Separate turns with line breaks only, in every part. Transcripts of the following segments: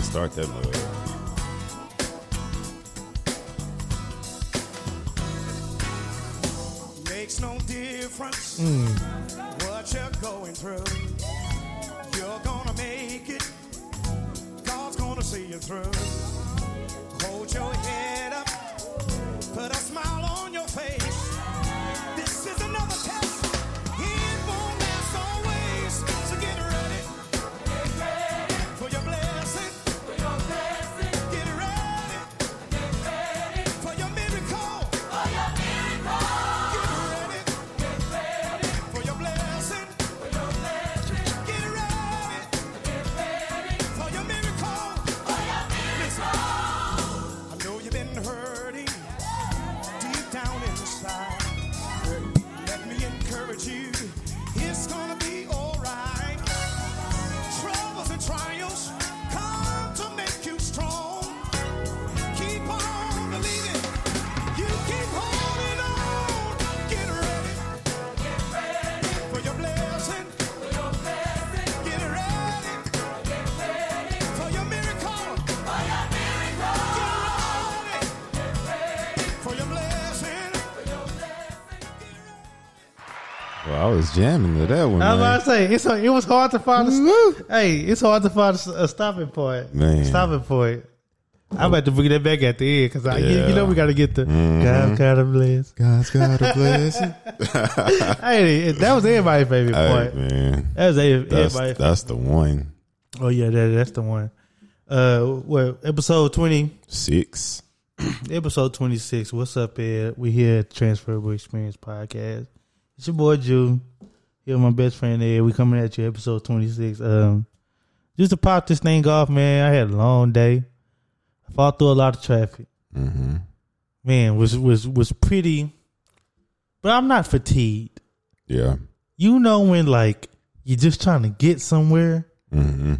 Start that mug.
Makes no difference what you're going through. You're gonna make it. God's gonna see you through. Hold your head up. Put a smile on your face. This is another test. It won't last always. So get ready. For your blessing. Get ready. For your miracle. Get ready. For your blessing. Get ready. For your miracle. Listen. I know you've been hurting deep down inside. Let me encourage you. It's gonna be alright. Troubles and trials come to make you strong. Keep on believing. You keep holding on. Get ready. For your blessing. Get ready. For your miracle. Get ready. For your blessing.
Well, I was jamming to that one.
I was about
Man.
to say it's it was hard to find. A,
Woo.
hey, it's hard to find a, a stopping point.
Man.
Stopping point. I'm about to bring that back at the end because I you- you,
Yeah. Mm-hmm.
know we got to get the God kind of blessed.
God's got a blessing.
hey, that was everybody's favorite
hey,
point.
man,
That was every-
that's
everybody's
that's the one
Oh yeah, that, that's the one. Uh, well, episode twenty,
six.
episode twenty six. What's up, Ed? We here at Transferable Experience Podcast. It's your boy Jew. Here, with my best friend Ed. We coming at you, episode twenty six. Um, just to pop this thing off, man. I had a long day. I fought through a lot of traffic.
Mm-hmm.
Man, was was was pretty, but I'm not fatigued.
Yeah.
You know when like you're just trying to get somewhere.
Mm-hmm.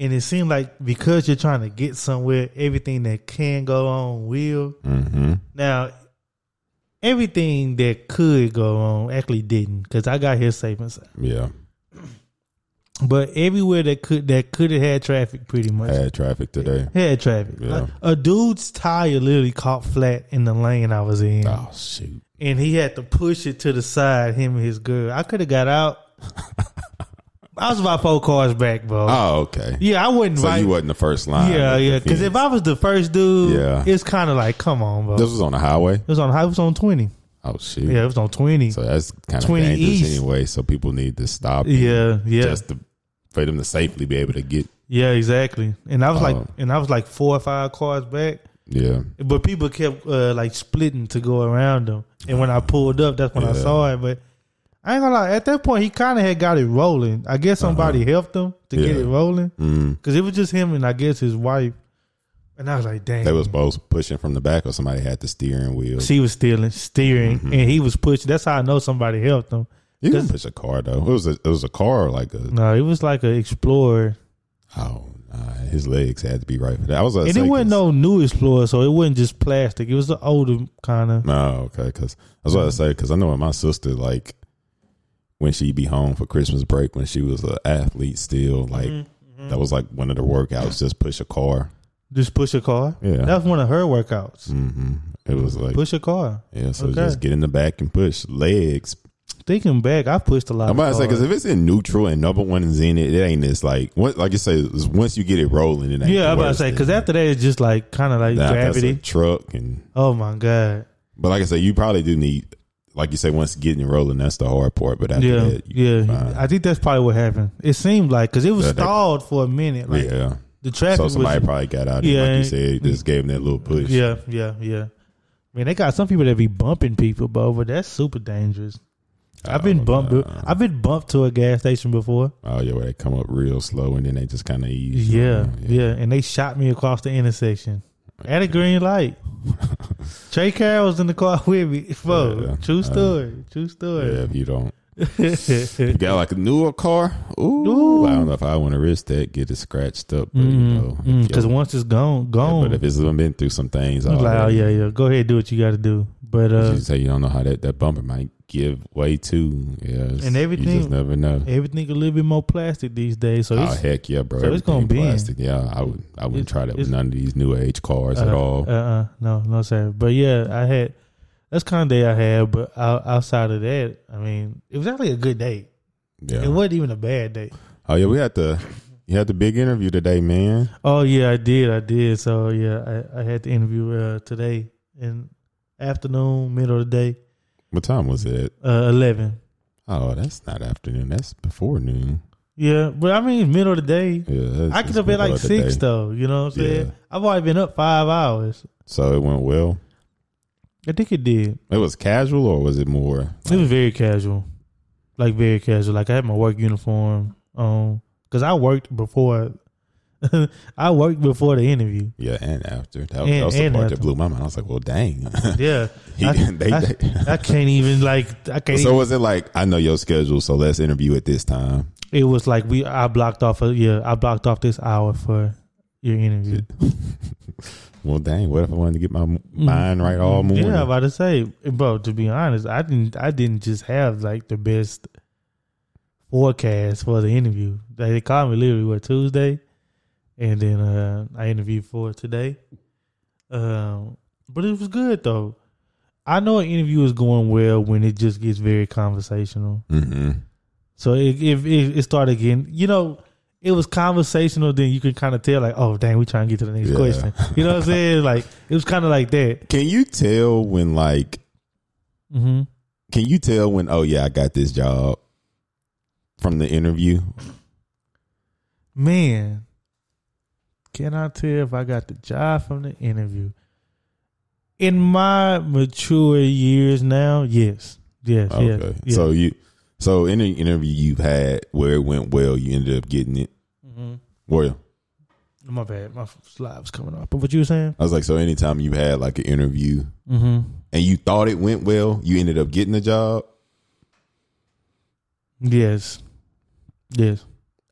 and it seemed like because you're trying to get somewhere, everything that can go on will.
Mm-hmm.
Now, everything that could go on actually didn't because I got here safe and sound.
Yeah.
But everywhere that could that could have had traffic, pretty much
I had traffic today.
had traffic.
Yeah.
A, a dude's tire literally caught flat in the lane I was in,
Oh shoot.
and he had to push it to the side. Him and his girl. I could have got out. I was about four cars back, bro.
Oh okay.
yeah, I wouldn't.
So
invite-
you wasn't the first line.
Yeah,
with the
yeah. Because if
fence.
I was the first dude,
Yeah.
it's kind of like, come on, bro.
this was on the highway.
it was on. It was on twenty.
Oh shoot.
Yeah, it was on twenty.
So that's kind of
20
dangerous
east.
anyway. So people need to stop. and
yeah, yeah,
Just to, for them to safely be able to get.
yeah. Exactly. And I was like,
Oh.
and I was like four or five cars back,
Yeah.
but people kept uh, like splitting to go around them. And when I pulled up, that's when I
Yeah.
saw it. But I ain't gonna lie. At that point, he kind of had got it rolling. I guess somebody helped him to get
Uh-huh. Yeah.
it rolling
Mm.
because it was just him and I guess his wife. And I was like, dang.
They was both pushing from the back, or somebody had the steering wheel.
she was stealing, steering,
Mm-hmm.
and he was pushing. That's how I know somebody helped him.
You can push a car though. It was a, it was a car like a
No, it was like an Explorer,
oh nah, his legs had to be right for that. I was
and it wasn't no new Explorer, so it wasn't just plastic. It was the older kind of.
no okay because I was about to say because I know when my sister like when she'd be home for Christmas break when she was an athlete still like
Mm-hmm.
that was like one of the workouts just push a car.
Just push a car.
Yeah.
that's one of her workouts.
hmm It was like
Push a car.
yeah, so
okay.
just get in the back and push legs.
Thinking back, I pushed a lot.
I'm about
of
to say because
cars.
if it's in neutral and number one is in it, it ain't this like what like you say. it's Once you get it rolling, it ain't
yeah,
the
I'm about to
worst
say
thing.
because after that it's just like kind of like
Now, if that's a
gravity.
truck and
Oh my god.
But like I said, you probably do need, like you say, once getting rolling, that's the hard part. But after
Yeah,
that, you
yeah.
fine.
I think that's probably what happened. It seemed like because it was
Yeah, that-
stalled for a minute. Like
yeah.
the traffic
So somebody
was.
probably got out. Yeah,
Yeah,
like you
and-
said, just gave him that little push.
Yeah, yeah, yeah. Man, they got some people that be bumping people, bro, but that's super dangerous. I've been
Oh,
bumped.
nah.
I've been bumped to a gas station before.
Oh yeah, where they come up real slow and then they just kind of ease. you
Yeah,
know?
yeah, and they shot me across the intersection at a green light. Trey Carroll's in the car with me. Bro,
Yeah,
true
I-
story. True
Yeah,
story.
If you don't, You got like a newer car. Ooh, I don't know if I want to risk that. Get it scratched up, but
Mm-hmm.
you know, if you-
Because Mm, once it's gone,
yeah,
gone.
but if it's been through some things,
I'm like, oh
already,
yeah, yeah. Go ahead, do what you got to do. But uh,
you say you don't know how that, that bumper might give way to. Yeah, it's-
And
you
everything-
just never know.
everything a little bit more plastic these days. So
Oh
it's,
heck yeah, bro!
so it's gonna
Everything
be in.
plastic. Yeah, I would. I wouldn't
It's-
try that with
it's-
none of these new age cars
uh,
at all.
Uh, uh no, no sir. But yeah, I had that's kind of day I had. But out- outside of that, I mean, it was actually a good day.
yeah.
It wasn't even a bad day.
oh yeah, we had the you had the big interview today, man.
Oh yeah, I did, I did. So yeah, I, I had the interview uh, today in afternoon, middle of the day,
What time was it?
uh, eleven.
Oh, that's not afternoon. That's before noon.
Yeah, but I mean, middle of the day.
Yeah, that's-
I could
it's
have been
middle
like
of the
six
day.
though. You know what I'm saying?
Yeah.
I've already been up five hours.
So it went well.
I think it did.
It was casual, or was it more?
It was very casual, like very casual. Like I had my work uniform on because I worked before. I worked before the interview.
Yeah, and after that,
And-
that was the
and
part that
after.
blew my mind. I was like, well, dang.
Yeah,
He-
I,
they-
I-
they-
I can't even like I can't.
so was it like I know your schedule, so let's interview at this time?
it was like we I blocked off. A, yeah, I blocked off this hour for your interview.
Well, dang, what if I wanted to get my m- mind right all morning?
Mm-hmm. Yeah, I'm about to say, bro. To be honest, I didn't. I didn't just have like the best forecast for the interview. Like, They called me literally what Tuesday, and then uh, I interviewed for it today. Um, but it was good though. I know an interview is going well when it just gets very conversational.
hmm
So it it, it, it started getting, you know, it was conversational. Then you can kind of tell, like, oh, dang, we trying to get to the next
Yeah.
question. You know what I'm saying? Like it was kind of like that.
Can you tell when like?
hmm
Can you tell when? Oh yeah, I got this job from the interview.
Man, can I tell if I got the job from the interview? In my mature years now, yes, yes, yes,
Okay,
yes.
so you, so any interview you've had where it went well, you ended up getting it. Well,
Mm-hmm. my bad, my slide was coming off. But what you were saying?
I was like, so anytime you had like an interview
Mm-hmm.
and you thought it went well, you ended up getting the job.
Yes, yes.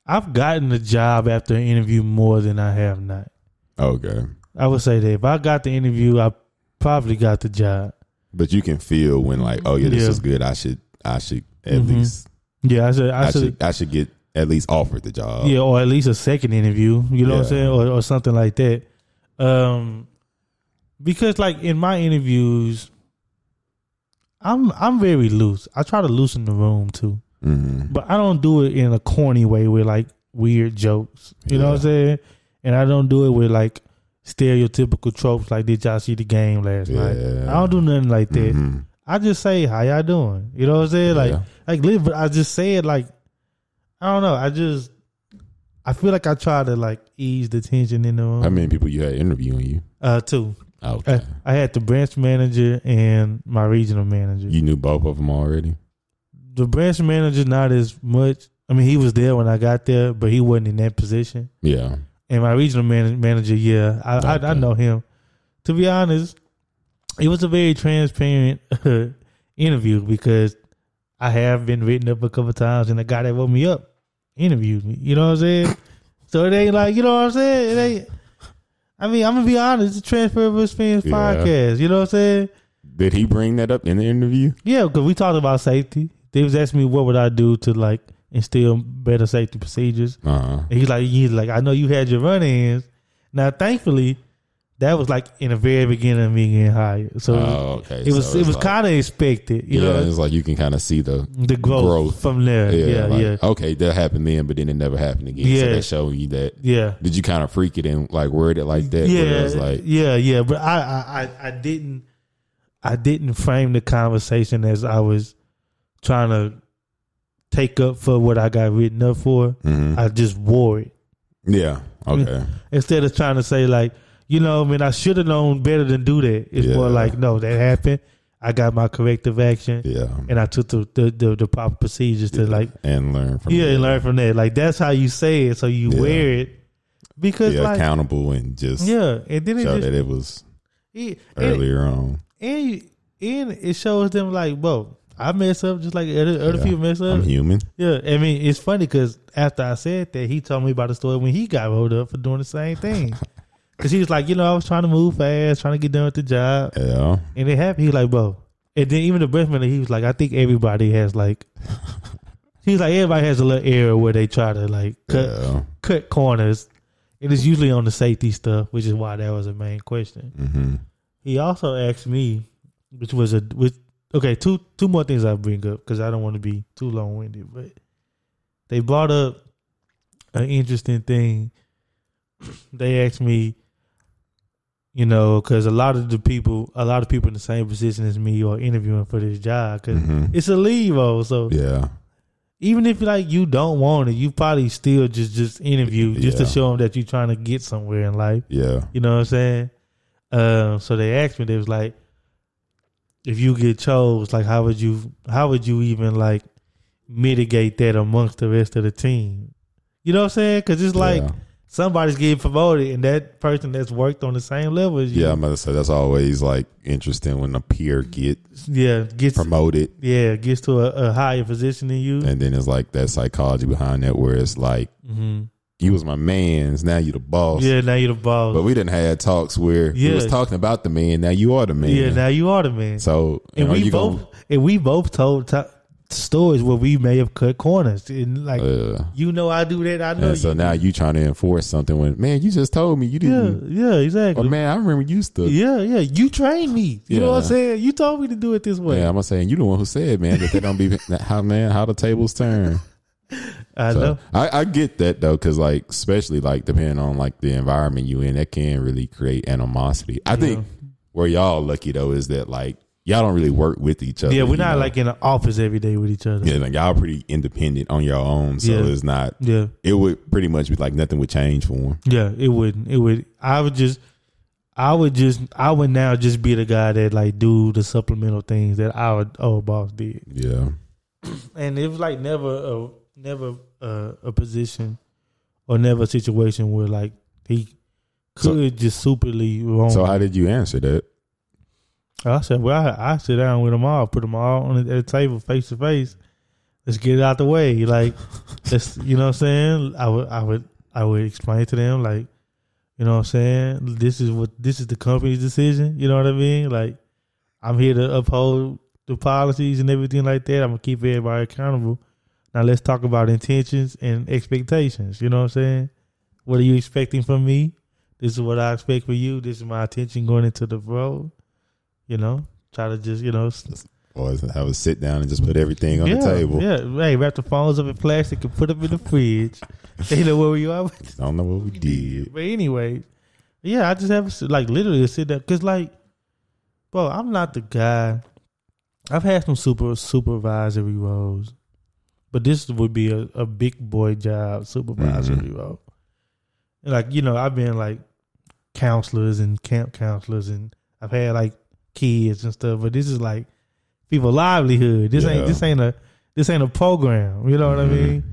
I've gotten the job after an interview more than I have not.
Okay,
I would say that if I got the interview, I probably got the job.
but you can feel when like, oh yeah, this
Yeah.
is good. I should, I should at
Mhm.
least,
Yeah, I said I,
I,
said
should, I should get at least offered the job.
yeah, or at least a second interview. You know what I'm
Yeah.
saying, or, or something like that. Um, because like in my interviews, I'm I'm very loose. I try to loosen the room too,
Mhm.
but I don't do it in a corny way with like weird jokes. You know what I'm
Yeah.
saying? And I don't do it with like stereotypical tropes like did y'all see the game last night?
Yeah.
I don't do nothing like that.
Mhm.
I just say how y'all doing. You know what I'm saying? Like
Yeah.
like live, but I just say it like I don't know. I just I feel like I try to like ease the tension in the room.
How many people you had interviewing you?
uh, too.
Okay,
I, I had the branch manager and my regional manager.
you knew both of them already.
The branch manager not as much. I mean, he was there when I got there, but he wasn't in that position.
Yeah,
And my regional man- manager, yeah, I, I I
Okay.
know him. To be honest, it was a very transparent interview because I have been written up a couple times, and the guy that wrote me up interviewed me. You know what I'm saying? so it ain't like you know what I'm saying. It ain't. I mean, I'm gonna be honest. It's a transferable experience
Yeah.
podcast. You know what I'm saying?
did he bring that up in the interview?
Yeah, because we talked about safety. They was asking me what would I do to like instill better safety procedures.
Uh huh.
And he's like, he's like, I know you had your run ins. Now, thankfully, that was like in the very beginning of me getting hired, so
Oh, okay.
Uh, it was
So
it
it's
was
like-
kind of expected, you
yeah,
know,
it's like you can kind of see the
the growth,
growth.
from there. Yeah, yeah,
like, uh,
yeah.
Okay, that happened then, but then it never happened again.
Yeah.
So that showed you that.
yeah.
Did you kind of freak it and like word it like that? Where it was like,
yeah, yeah. But I, I, I, I didn't, I didn't frame the conversation as I was trying to take up for what I got written up for.
mhm.
I just wore it
yeah, okay,
instead of trying to say like, you know, man, I should have known better than do that. It's
Yeah.
more like, no, that happened. I got my corrective action,
yeah,
and I took the the, the, the proper procedures to like,
and learn from
yeah,
it.
and learn from that. Like that's how you say it, so you
Yeah.
wear it because
be
like,
accountable and just
yeah, and then it
show
just
that it was
it- it-
earlier on.
and and it shows them like, bro, I mess up just like other, other
Yeah,
people mess up.
I'm human.
Yeah, I mean it's funny because after I said that, he told me about the story when he got rolled up for doing the same thing. Because he was like, you know, I was trying to move fast, trying to get done with the job,
Yeah.
and it happened. He was like, bro. And then even the breathman, he was like, I think everybody has like, he's like, everybody has a little area where they try to like cut
Yeah.
cut corners. It is usually on the safety stuff, which is why that was a main question.
Mm-hmm.
He also asked me, which was a which okay, two two more things I bring up because I don't want to be too long winded, but they brought up an interesting thing. They asked me, you know, because a lot of the people, a lot of people in the same position as me are interviewing for this job because
Mhm.
it's a leave role. So
Yeah.
even if like you don't want it, you probably still just just interview just to
Yeah.
show them that you're trying to get somewhere in life.
Yeah.
You know what I'm saying? Um, so they asked me, they was like, if you get chose, like how would you how would you even like mitigate that amongst the rest of the team? You know what I'm saying? Because it's like
Yeah.
somebody's getting promoted, and that person that's worked on the same level as you,
Yeah, I'm about to say that's always like interesting when a peer get
yeah, gets
promoted,
yeah gets to a, a higher position than you.
and then it's like that psychology behind that where it's like
hmm
you was my man's, now you the boss.
Yeah, now you're the boss.
But we didn't had talks where we was
Yeah.
talking about the man, now you are the man.
yeah, now you are the man.
so you
and
know,
we
you
both
gonna-
and we both told to stories where we may have cut corners and like
Oh, Yeah.
you know I do that I know
And so
you
now you trying to enforce something when man, you just told me you
yeah
didn't.
yeah
Or
exactly
man, I remember you used to. Yeah,
yeah yeah you trained me you know what I'm
Yeah.
saying you told me to do it this way
I'm saying you the one who said man that they don't be how man how the tables turn.
I
So,
know
I, I get that though, because like especially like depending on like the environment you in, that can really create animosity. I think where y'all lucky though is that like y'all don't really work with each other.
yeah we're
you
not
know?
like in the office every day with each other
yeah, like y'all pretty independent on your own, so
Yeah.
it's not.
yeah
It would pretty much be like nothing would change for him.
yeah it wouldn't it would I would just I would just I would now just be the guy that like do the supplemental things that our old boss did
Yeah,
and it was like never a never a, a position or never a situation where like he
So-
could just superly wrong.
So how did you answer that?
I said, well, I, I sit down with them all, put them all on the, at the table face to face. Let's get it out the way. Like, let's, you know what I'm saying? I would, I would, I would explain to them like, you know what I'm saying? This is what this is the company's decision. You know what I mean? Like, I'm here to uphold the policies and everything like that. I'm gonna keep everybody accountable. Now let's talk about intentions and expectations. You know what I'm saying? What are you expecting from me? This is what I expect from you. This is my attention going into the road. You know, try to just you know s-
Or I would sit down and just put everything on
yeah,
the table.
Yeah, hey, wrap the phones up in plastic and put them in the fridge. they know where you are.
I don't know what we did.
But anyway, yeah, I just have to, like literally sit there because like, bro, I'm not the guy. I've had some super supervisory roles, but this would be a, a big boy job supervisory
Mm-hmm.
role. And like you know, I've been like counselors and camp counselors, and I've had like kids and stuff. But this is like people livelihood. This ain't
Yeah.
this ain't a this ain't a program. You know what
Mhm.
I mean?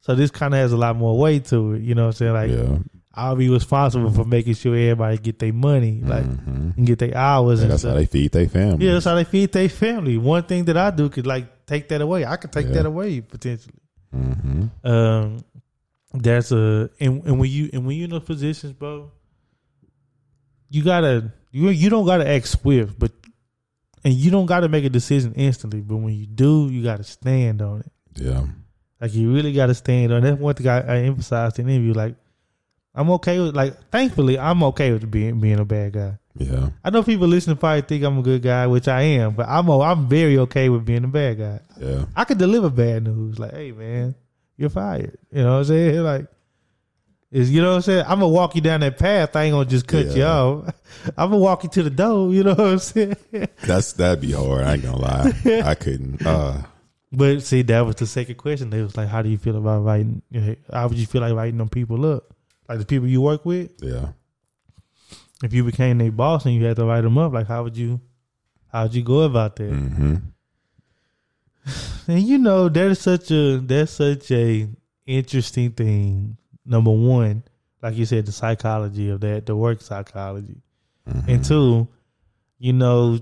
So this kind of has a lot more weight to it. You know what I'm saying? Like
yeah,
I'll be responsible for making sure everybody get their money, like
Mhm.
and get their hours
And
and
that's how
stuff.
they feed their family.
yeah, that's how they feed their family. One thing that I do could like take that away. I could take
Yeah.
that away potentially.
hmm
Um, that's a and, and when you and when you in those positions, bro, you gotta you you don't gotta act swift, but and you don't gotta make a decision instantly. But when you do, you gotta stand on it.
Yeah,
Like you really got to stand on. That's one thing I, I emphasized in the interview. Like I'm okay with like. Thankfully, I'm okay with being being a bad guy.
yeah.
I know people listening probably think I'm a good guy, which I am, but I'm a, I'm very okay with being a bad guy.
Yeah.
I could deliver bad news, like, "Hey, man, you're fired." You know what I'm saying? Like, is you know what I'm saying? I'm gonna walk you down that path. I ain't gonna just cut you
Yeah.
off. I'm gonna walk you to the door. You know what I'm saying?
That's that'd be hard. I ain't gonna lie. I couldn't. Uh
But see, that was the second question. They was like, "How do you feel about writing? you know, How would you feel like writing them people up, like the people you work with?
yeah.
If you became their boss and you had to write them up, like how would you, how would you go about that?
Mm-hmm.
And you know, that's such a that's such a interesting thing. Number one, like you said, the psychology of that, the work psychology, and two, you know,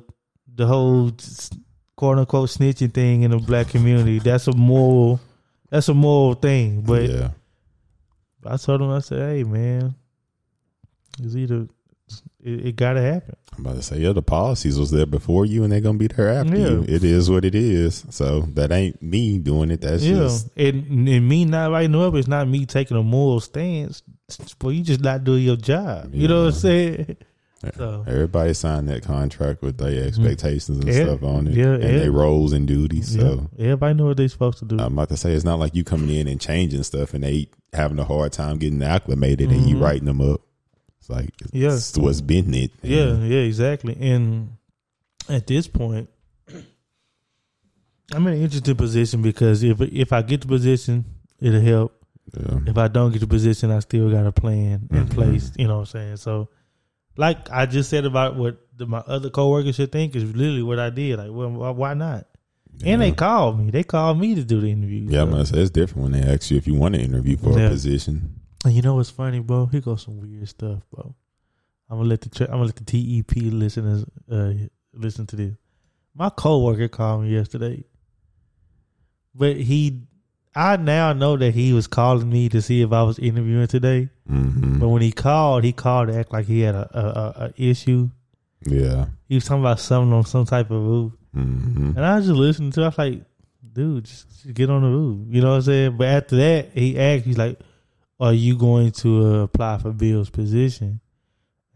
the whole s- quote unquote snitching thing in the black community. That's a moral. That's a moral thing. But
yeah,
I told him, I said, "Hey, man, it's either it, it got to happen."
I'm about to say, yeah, the policies was there before you, and they're gonna be there after
Yeah.
you. It is what it is. So that ain't me doing it. That's
yeah,
just
and, and me not writing up is not me taking a moral stance. But you just not doing your job. You know what I'm
Yeah.
saying? So
Everybody signed that contract with their expectations and
Mm-hmm. Yeah,
stuff on it,
yeah,
and
yeah.
their roles and duties. So
yeah, everybody know what they supposed to do.
I'm about to say, it's not like you coming in and changing stuff, and they having a hard time getting acclimated, and
Mm-hmm.
you writing them up. It's like, it's
Yeah.
what's been it. And
Yeah, yeah, exactly. And at this point, I'm in an interesting position because if if I get the position, it'll help.
yeah.
If I don't get the position, I still got a plan in place. You know what I'm saying? So, like I just said about what the, my other coworkers should think is literally what I did. Like, well, why, why not? And they called me. They called me to do the interview.
Yeah,
So-
I'm gonna say it's different when they ask you if you want to interview for
Yeah.
a position.
And you know what's funny, bro? Here goes some weird stuff, bro. I'm gonna let the tra- I'm gonna let the TEP listeners uh, listen to this. My coworker called me yesterday, but he, I now know that he was calling me to see if I was interviewing today.
hmm
But when he called, he called to act like he had a a, a, a issue.
Yeah.
He was talking about something on some type of roof,
hmm
and I was just listening to. It. I was like, "Dude, just, just get on the roof." You know what I'm saying? But after that, he asked, "He's like, are you going to uh, apply for Bill's position?"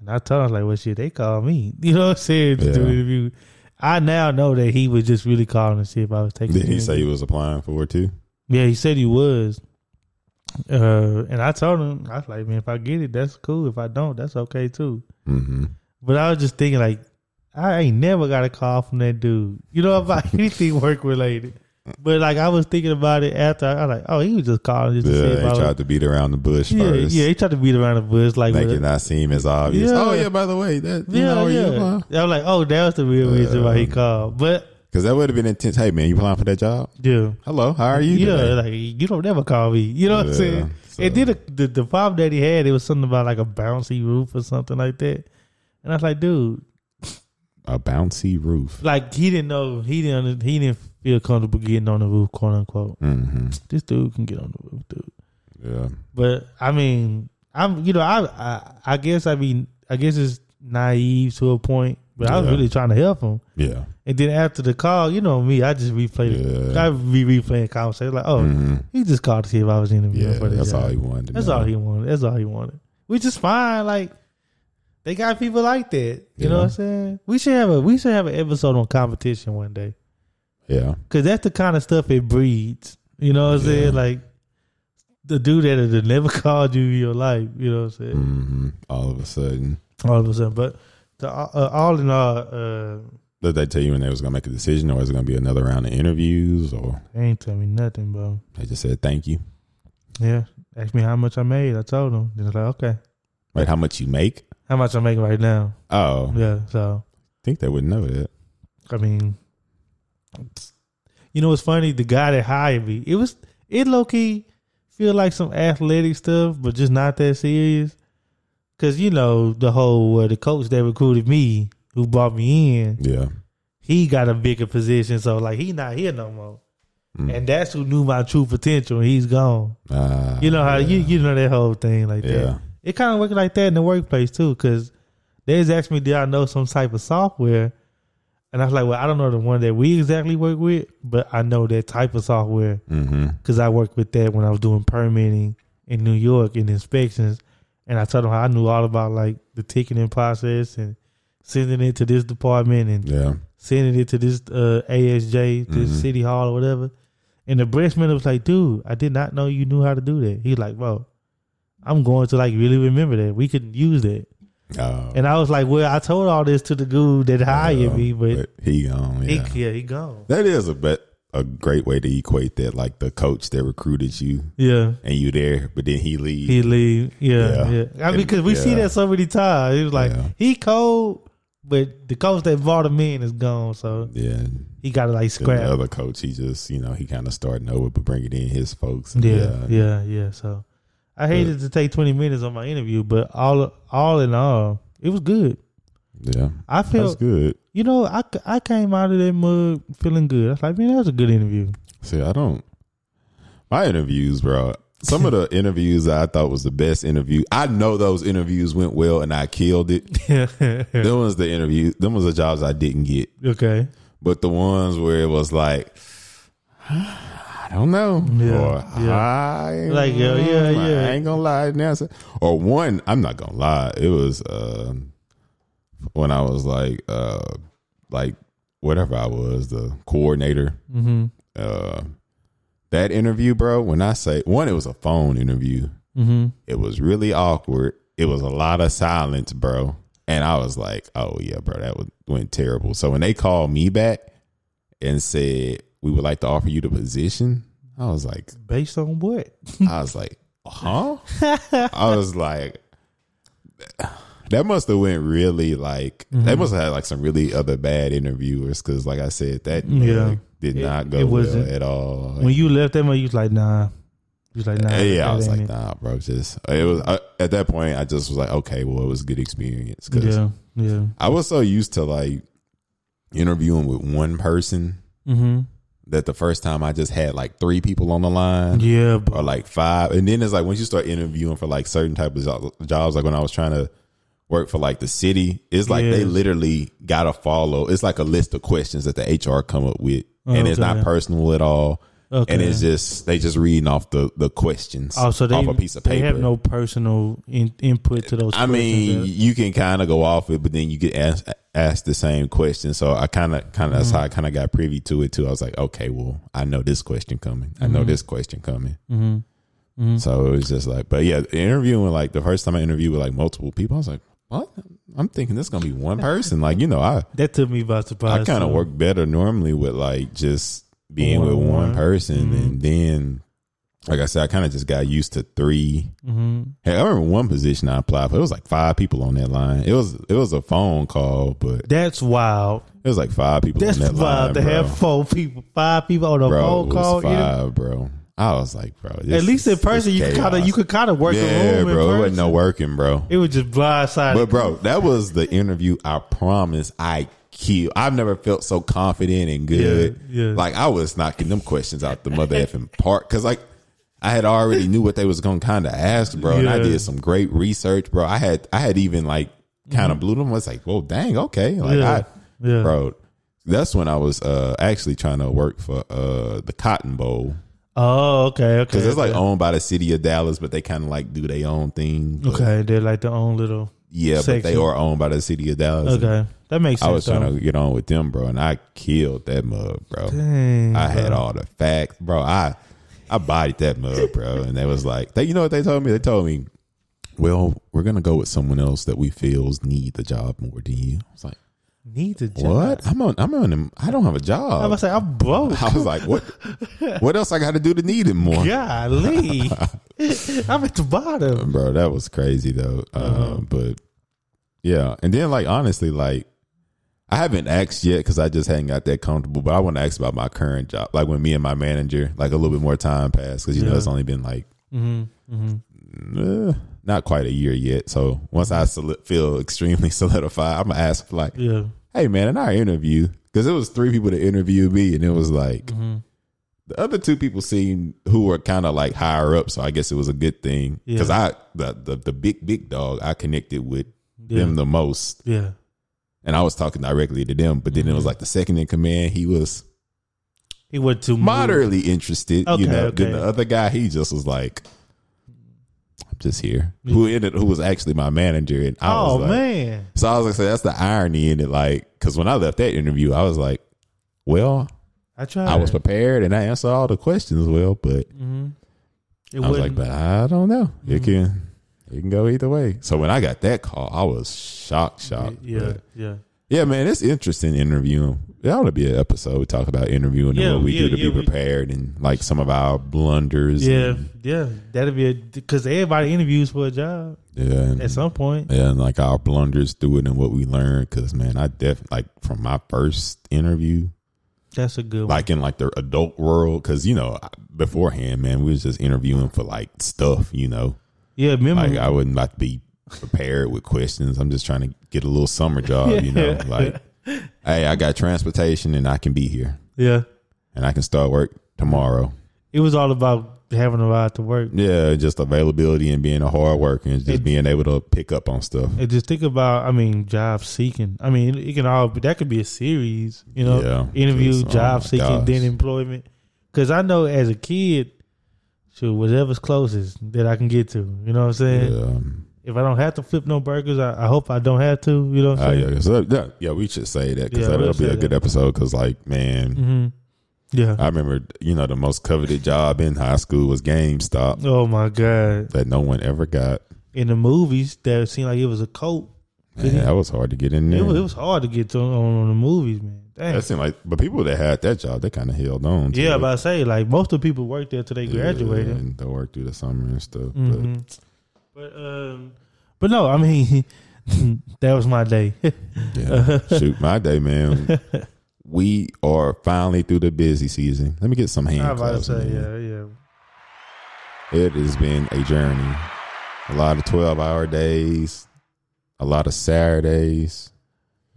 And I told him, I was "Like, well, shit, they called me." You know what I'm saying? To do
Yeah.
interview. I now know that he was just really calling to see if I was taking.
Did
the
he say he
interview.
was applying for it too?
Yeah, he said he was. Uh, and I told him, I was like, "Man, if I get it, that's cool. If I don't, that's okay too."
hmm
But I was just thinking, like, I ain't never got a call from that dude. You know about anything work related. But like, I was thinking about it after. I was like, oh, he was just calling just to see
Yeah,
if
they
I was.
tried to beat around the bush
yeah,
first.
yeah, he tried to beat around the bush, like,
Make
with-
it not seem as obvious.
Yeah.
Oh yeah, by the way, that you
yeah,
know where you
yeah.
applying.
I'm like, oh, that was the real reason why he called. But
Because that would have been intense. Hey man, you applying for that job?
yeah.
Hello, how are you?
yeah,
today?
like you don't never call me. You know what I'm
Yeah,
saying?
so-
And then the, the the problem that he had, it was something about like a bouncy roof or something like that. And I was like, dude,
a bouncy roof.
like he didn't know he didn't he didn't feel comfortable getting on the roof, quote unquote.
hmm
This dude can get on the roof, dude.
Yeah,
But I mean, I'm you know I I, I guess I mean I guess it's naive to a point, but I was
Yeah.
really trying to help him.
yeah,
And then after the call, you know me, I just replayed.
Yeah.
I be replaying conversation like, oh,
Mhm.
he just called to see if I was interviewing
yeah.
for this.
That's
job.
all he wanted. To
That's
know.
all he wanted. That's all he wanted. Which is fine. Like they got people like that. You
Yeah.
know what I'm saying? We should have a we should have an episode on competition one day.
Yeah,
Cause that's the kind of stuff it breeds. You know what I'm
Yeah.
saying? Like the dude that that never called you in your life. You know what I'm saying?
hmm all of a sudden.
All of a sudden, but the, uh, all in all, uh,
Did they tell you when they was gonna make a decision, or is it gonna be another round of interviews, or
they ain't tell me nothing, bro.
they just said thank you?
Yeah, asked me how much I made. I told them. They're like, okay,
Wait, how much you make?
how much I'm making right now?
Oh, I
Yeah, so
think they would know that.
I mean, you know, it's funny. The guy that hired me, it was it low key feel like some athletic stuff, but just not that serious. Cause you know the whole uh, the coach that recruited me, who brought me in,
Yeah,
he got a bigger position, so like he not here no more.
Mm.
And that's who knew my true potential. and He's gone.
uh,
You know how you you know that whole thing like
Yeah.
that. It kind of worked like that in the workplace too, because they just asked me, "Did I know some type of software?" And I was like, "Well, I don't know the one that we exactly work with, but I know that type of software
hmm
because I worked with that when I was doing permitting in New York and inspections." And I told them how I knew all about like the ticketing process and sending it to this department and
Yeah,
sending it to this uh, ASJ,
Mm-hmm.
this city hall or whatever. And the breastman was like, dude, I did not know you knew how to do that. He's like, bro, I'm going to like really remember that. We could use that.
oh,
And I was like, well, I told all this to the dude that hired
oh,
me, but,
he gone.
he,
Yeah,
yeah, he gone.
that is a bet. A great way to equate that, like the coach that recruited you
Yeah.
and you there, but then he leave.
He leave. Yeah.
Yeah.
Yeah. I mean, because we see
Yeah.
that so many times. It was like,
Yeah.
he cold, but the coach that brought him in is gone. So
yeah,
he got to like
Then the
scrap.
other coach, he just you know he kind of starting over, but bringing in his folks. and
Yeah, yeah, yeah. So I hated to take twenty minutes on my interview, but all all in all, it was good.
Yeah,
I
that's
feel
good.
you know I, c- I came out of that mug feeling good. I was like, man, that was a good interview.
See, I don't. My interviews, bro. Some of the interviews that I thought was the best interview. I know those interviews went well, and I killed it. them was the interview. Them was the jobs I didn't get.
okay,
But the ones where it was like, I don't know,
Yeah,
or
yeah.
I
Like, yeah, yeah, yeah.
I ain't gonna lie now. so- Or one, I'm not gonna lie. It was uh, when I was like, uh, like whatever I was, the coordinator. Mm-hmm. Uh, that interview, bro. When I say one, it was a phone interview.
mm-hmm.
It was really awkward. It was a lot of silence, bro. And I was like, oh, yeah, bro, that would, went terrible. So when they called me back and said, we would like to offer you the position, I was like,
based on what?
I was like, huh? I was like, that must have went really like they
Mm-hmm.
must have had like some really other bad interviewers because like I said that
Yeah.
yeah did
It-
not go
it
well
wasn't-
at all.
When you left that mug, you was like, nah. You was like, nah.
yeah, I
that
was like,
ain't
nah, bro. Just it was I, at that point. I just was like, okay, well, it was a good experience
it.
because
Yeah, yeah.
I was so used to like interviewing with one person
Mm-hmm.
that the first time I just had like three people on the line
Yeah, but
or like five, and then it's like once you start interviewing for like certain type of jo- jobs, like when I was trying to work for like the city, it's like they
Yes.
literally gotta follow. It's like a list of questions that the HR come up with, and it's
Okay.
not personal at all.
okay.
And it's just they just reading off the the questions
oh, so they,
off a piece of paper.
They have no personal in, input to those.
I mean,
questions,
you can kind of go off it, but then you get asked asked the same question. So I kind of, kind of that's
Mm-hmm.
how I kind of got privy to it too. I was like, okay, well, I know this question coming. I
Mm-hmm.
know this question coming.
uh, mhm.
So it was just like, but yeah, interviewing like the first time I interviewed with like multiple people, I was like, what? I'm thinking this gonna be one person. Like you know, I
That took me by surprise.
I kind of
too.
work better normally with like just being with
One-on-one.
one
mm-hmm.
person, and then like I said, I kind of just got used to three
Mhm.
Hey, I remember one position I applied for. It was like five people on that line. It was it was a phone call, but it
That's wild.
was like five people
That's
on that
wild
line.
to
bro.
have four people, five people on a
bro,
phone
it was
call. interview.
five, bro. I was like, bro.
At
this
least in
is-
person,
it's
you could kind of
chaos.
you could kind of work
yeah,
a room.
bro.
in
It
person.
wasn't no working, bro.
It was just blindsided.
But bro, that was the interview. I promise, I killed. I've never felt so confident and good.
Yeah, yeah.
Like I was knocking them questions out the mother effing park because like I had already knew what they was gonna kind of ask, bro. And I
Yeah.
did some great research, bro. I had I had even like kind of blew them. I was like, well, dang, okay, like
Mm-hmm.
I,
Yeah, yeah.
bro. That's when I was uh, actually trying to work for uh, the Cotton Bowl
oh, okay, okay.
because it's like
okay.
owned by the city of Dallas, but they kind of like do their own thing. But,
okay, they're like their own little.
yeah, but they
Section.
are owned by the city of Dallas. and
Okay, that makes sense.
I was trying
though.
to get on with them, bro, and I killed that mug, bro.
Dang,
I
bro.
had all the facts, bro. I I bodied that mug, bro, and they was like, they, you know what they told me? They told me, well, we're gonna go with someone else that we feels need the job more than you. I was like,
need to job.
what? I'm on, I'm on, I don't have a
I
job.
was like, I'm broke.
I was like, what? What else I got to do to need it more?
Golly, I'm at the bottom.
bro that was crazy though uh, but yeah and then like honestly like i haven't asked yet because i just hadn't got that comfortable but i want to ask about my current job like when me and my manager like a little bit more time passed because you know
Yeah.
it's only been like
Mm-hmm, mm-hmm.
eh, not quite a year yet so once i soli- feel extremely solidified i'm gonna ask like
Yeah,
hey man in our interview because it was three people to interview me and it was like
Mm-hmm.
the other two people seemed who were kind of like higher up so i guess it was a good thing because
Yeah.
i the, the the big big dog i connected with
yeah,
them the most
yeah.
and i was talking directly to them but then it was
Mm-hmm.
like the second in command he was
He went too
moderately interested
Mm-hmm. Okay,
you know
okay.
then the other guy he just was like i'm just here who ended who was actually my manager and i
Oh
was like
man,
so I was like, so that's the irony in it. Like, because when I left that interview, I was like, well,
I tried.
I was prepared and I answered all the questions well, but
Mm-hmm. It
I was like,
wasn't- Mm-hmm.
but I don't know. It can it can go either way. So when I got that call, I was shocked, shocked.
yeah,
But,
yeah.
yeah, man, it's interesting interviewing. That ought to be an episode. We talk about interviewing
Yeah,
and what we
yeah,
do to
yeah,
be
we-
prepared and like some of our blunders.
Yeah,
and-
yeah, that'd be because everybody interviews for a job
yeah. and-
at some point.
Yeah, and like our blunders through it and what we learned, because man, I definitely like from my first interview,
That's a good one.
like in like the adult world because you know beforehand man we was just interviewing for like stuff you know
yeah, remember?
like i wouldn't like to be prepared with questions. I'm just trying to get a little summer job, you know, like, hey, I got transportation and I can be here
Yeah.
and I can start work tomorrow.
It was all about having a ride to work.
Yeah, just availability and being a hard worker and just
It-
being able to pick up on stuff.
And just think about, I mean, job seeking. I mean, it, it can all be, that could be a series, you know,
Yeah,
interview,
just, oh
job
my
seeking,
gosh.
then employment. Because I know as a kid, shoot, whatever's closest that I can get to, you know what I'm saying?
Yeah. um,
If I don't have to flip no burgers, I, I hope I don't have to, you know what
Oh
I'm saying?
yeah, so that, yeah, we should say that because
Yeah,
that'll
we'll
be
say
a good
that.
episode. Because like, man,
hmm yeah.
I remember you know the most coveted job in high school was GameStop
oh, my God.
that no one ever got.
In the movies, that seemed like it was a coat.
Man, that was hard to get in there.
It, was, it was hard to get to on, on the movies, man. Damn.
that seemed like, but people that had that job, they kind of held on. To
yeah,
it.
about to say, like, most of the people worked there till they graduated.
Yeah, and they worked through the summer and stuff.
Mhm. But um, but no, I mean that was my day.
But yeah, shoot, my day, man. We are finally through the busy season. Let me get some
I
hand
was about to
claps.
say,
man.
yeah, yeah.
It has been a journey. A lot of 12 hour days, a lot of Saturdays.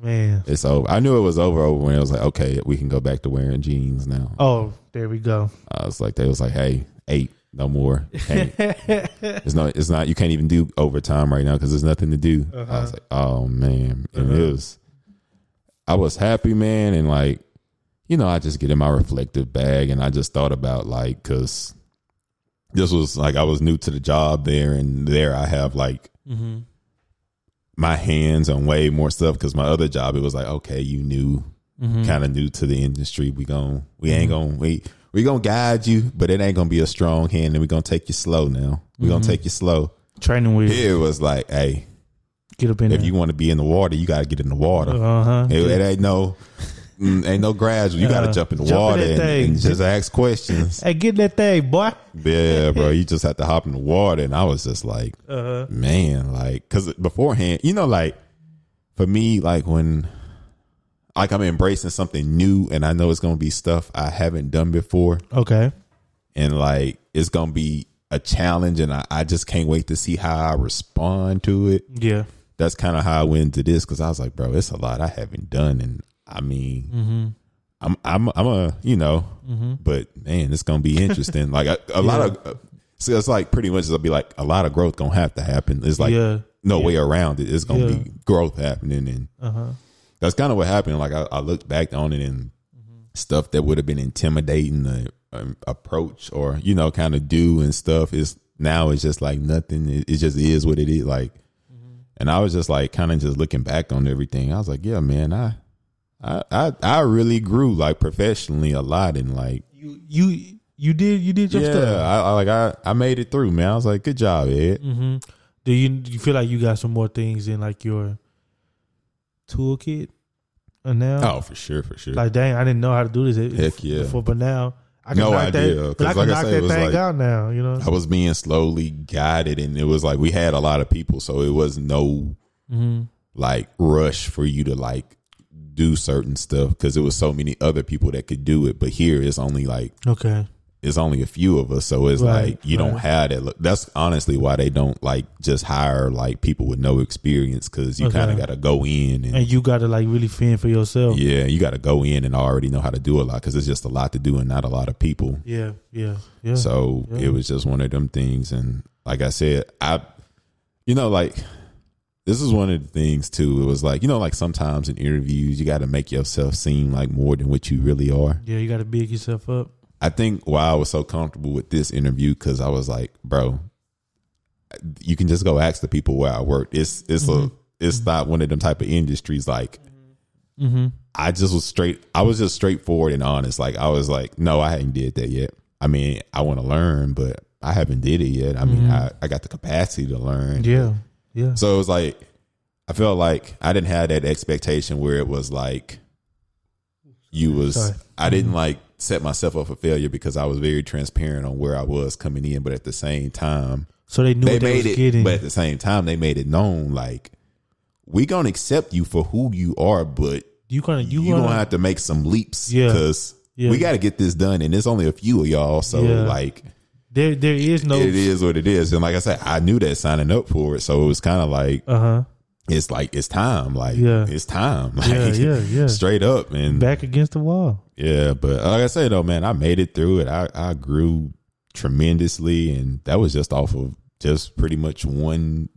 Man.
It's over. I knew it was over over when it was like, okay, we can go back to wearing jeans now.
Oh, there we go.
I was like, they was like, hey, eight, no more. Can't. it's not, it's not, you can't even do overtime right now because there's nothing to do. I was like, oh man. And it was, I was happy, man. And like, you know, I just get in my reflective bag and I just thought about like, cause this was like, I was new to the job there and there I have like, my hands on way more stuff because my other job it was like okay you new
Mm.
kind of new to the industry we gon' we ain't
Mm-hmm.
gon' we we gonna guide you but it ain't gonna be a strong hand and we gonna take you slow now we gonna
Mm-hmm.
take you slow
Training wheels.
it was like hey
Get up in
if you want to be in the water you gotta get in the water
Uh huh.
it, it ain't no mm, ain't no gradual you gotta
Uh,
jump in the
jump in
water
that
and,
thing.
and just ask questions
Hey, get that thing, boy.
yeah bro you just have to hop in the water and i was just like
Uh huh.
man like because beforehand you know like for me like when like i'm embracing something new and i know it's gonna be stuff i haven't done before
Okay.
and like it's gonna be a challenge and i, I just can't wait to see how i respond to it
Yeah.
that's kind of how i went into this because i was like bro it's a lot i haven't done and i mean i'm i'm i'm a you know but man it's gonna be interesting like a, a lot of uh, so it's like pretty much it'll be like a lot of growth gonna have to happen it's like
yeah.
no way around it. It's gonna
Yeah. Uh-huh.
be growth happening, and that's kind of what happened. Like I, I looked back on it and
Mm-hmm.
stuff that would have been intimidating the um, approach or you know kind of do and stuff is now it's just like nothing. It, it just is what it is. Like,
Mm-hmm.
and I was just like kind of just looking back on everything. I was like, yeah, man, I. I, I I really grew like professionally a lot and like
You you you did you did your
yeah
stuff.
I, I like I, I made it through man I was like good job Ed
Mm-hmm. Do you do you feel like you got some more things in like your toolkit? Uh, now,
oh for sure for sure
Like, dang, I didn't know how to do this. It-
Heck yeah.
Before, but now I can
No
knock
idea,
that. But I
'cause like
can
I
knock
said, it
that
was
thing
like-
out now. You know.
I was being slowly guided, and it was like we had a lot of people, so it was no
Mm-hmm.
like rush for you to like do certain stuff because it was so many other people that could do it. But here, it's only like
Okay.
it's only a few of us, so it's
Right,
like you don't
right.
have that. look. That's honestly why they don't like just hire like people with no experience because you
Okay.
kind of got to go in and.
And you got to like really fend for yourself.
yeah, you got to go in and already know how to do a lot because it's just a lot to do and not a lot of people.
Yeah. Yeah. Yeah.
So it was just one of them things. And like I said, I, you know, like this is one of the things too. It was like, you know, like sometimes in interviews, you got to make yourself seem like more than what you really are.
yeah. You got to big yourself up.
I think why I was so comfortable with this interview, because I was like, bro, you can just go ask the people where I work. It's, it's a, it's not one of them type of industries like I just was straight. I was just straightforward and honest. Like I was like, no, I hadn't did that yet. I mean, I want to learn, but I haven't did it yet. I mean, I, I got the capacity to learn.
Yeah. Yeah.
So it was like, I felt like I didn't have that expectation where it was like, you was,
Sorry. Mm-hmm.
I didn't like set myself up for failure because I was very transparent on where I was coming in. But at the same time,
So they knew
they
what they
made
was
it,
getting.
but at the same time, they made it known like, we gonna accept you for who you are, but
you gonna you,
you, gonna,
gonna
have to make some leaps
Yeah.
because
Yeah.
we got to get this done and there's only a few of y'all so
Yeah.
like
There, there is no.
It is what it is, and like I said, I knew that signing up for it, so it was kind of like
Uh huh.
it's like it's time, like
Yeah.
it's time, like
Yeah, yeah, yeah.
straight up, and
Back against the wall.
yeah. But like I say though, man, I made it through it. I I grew tremendously, and that was just off of just pretty much one,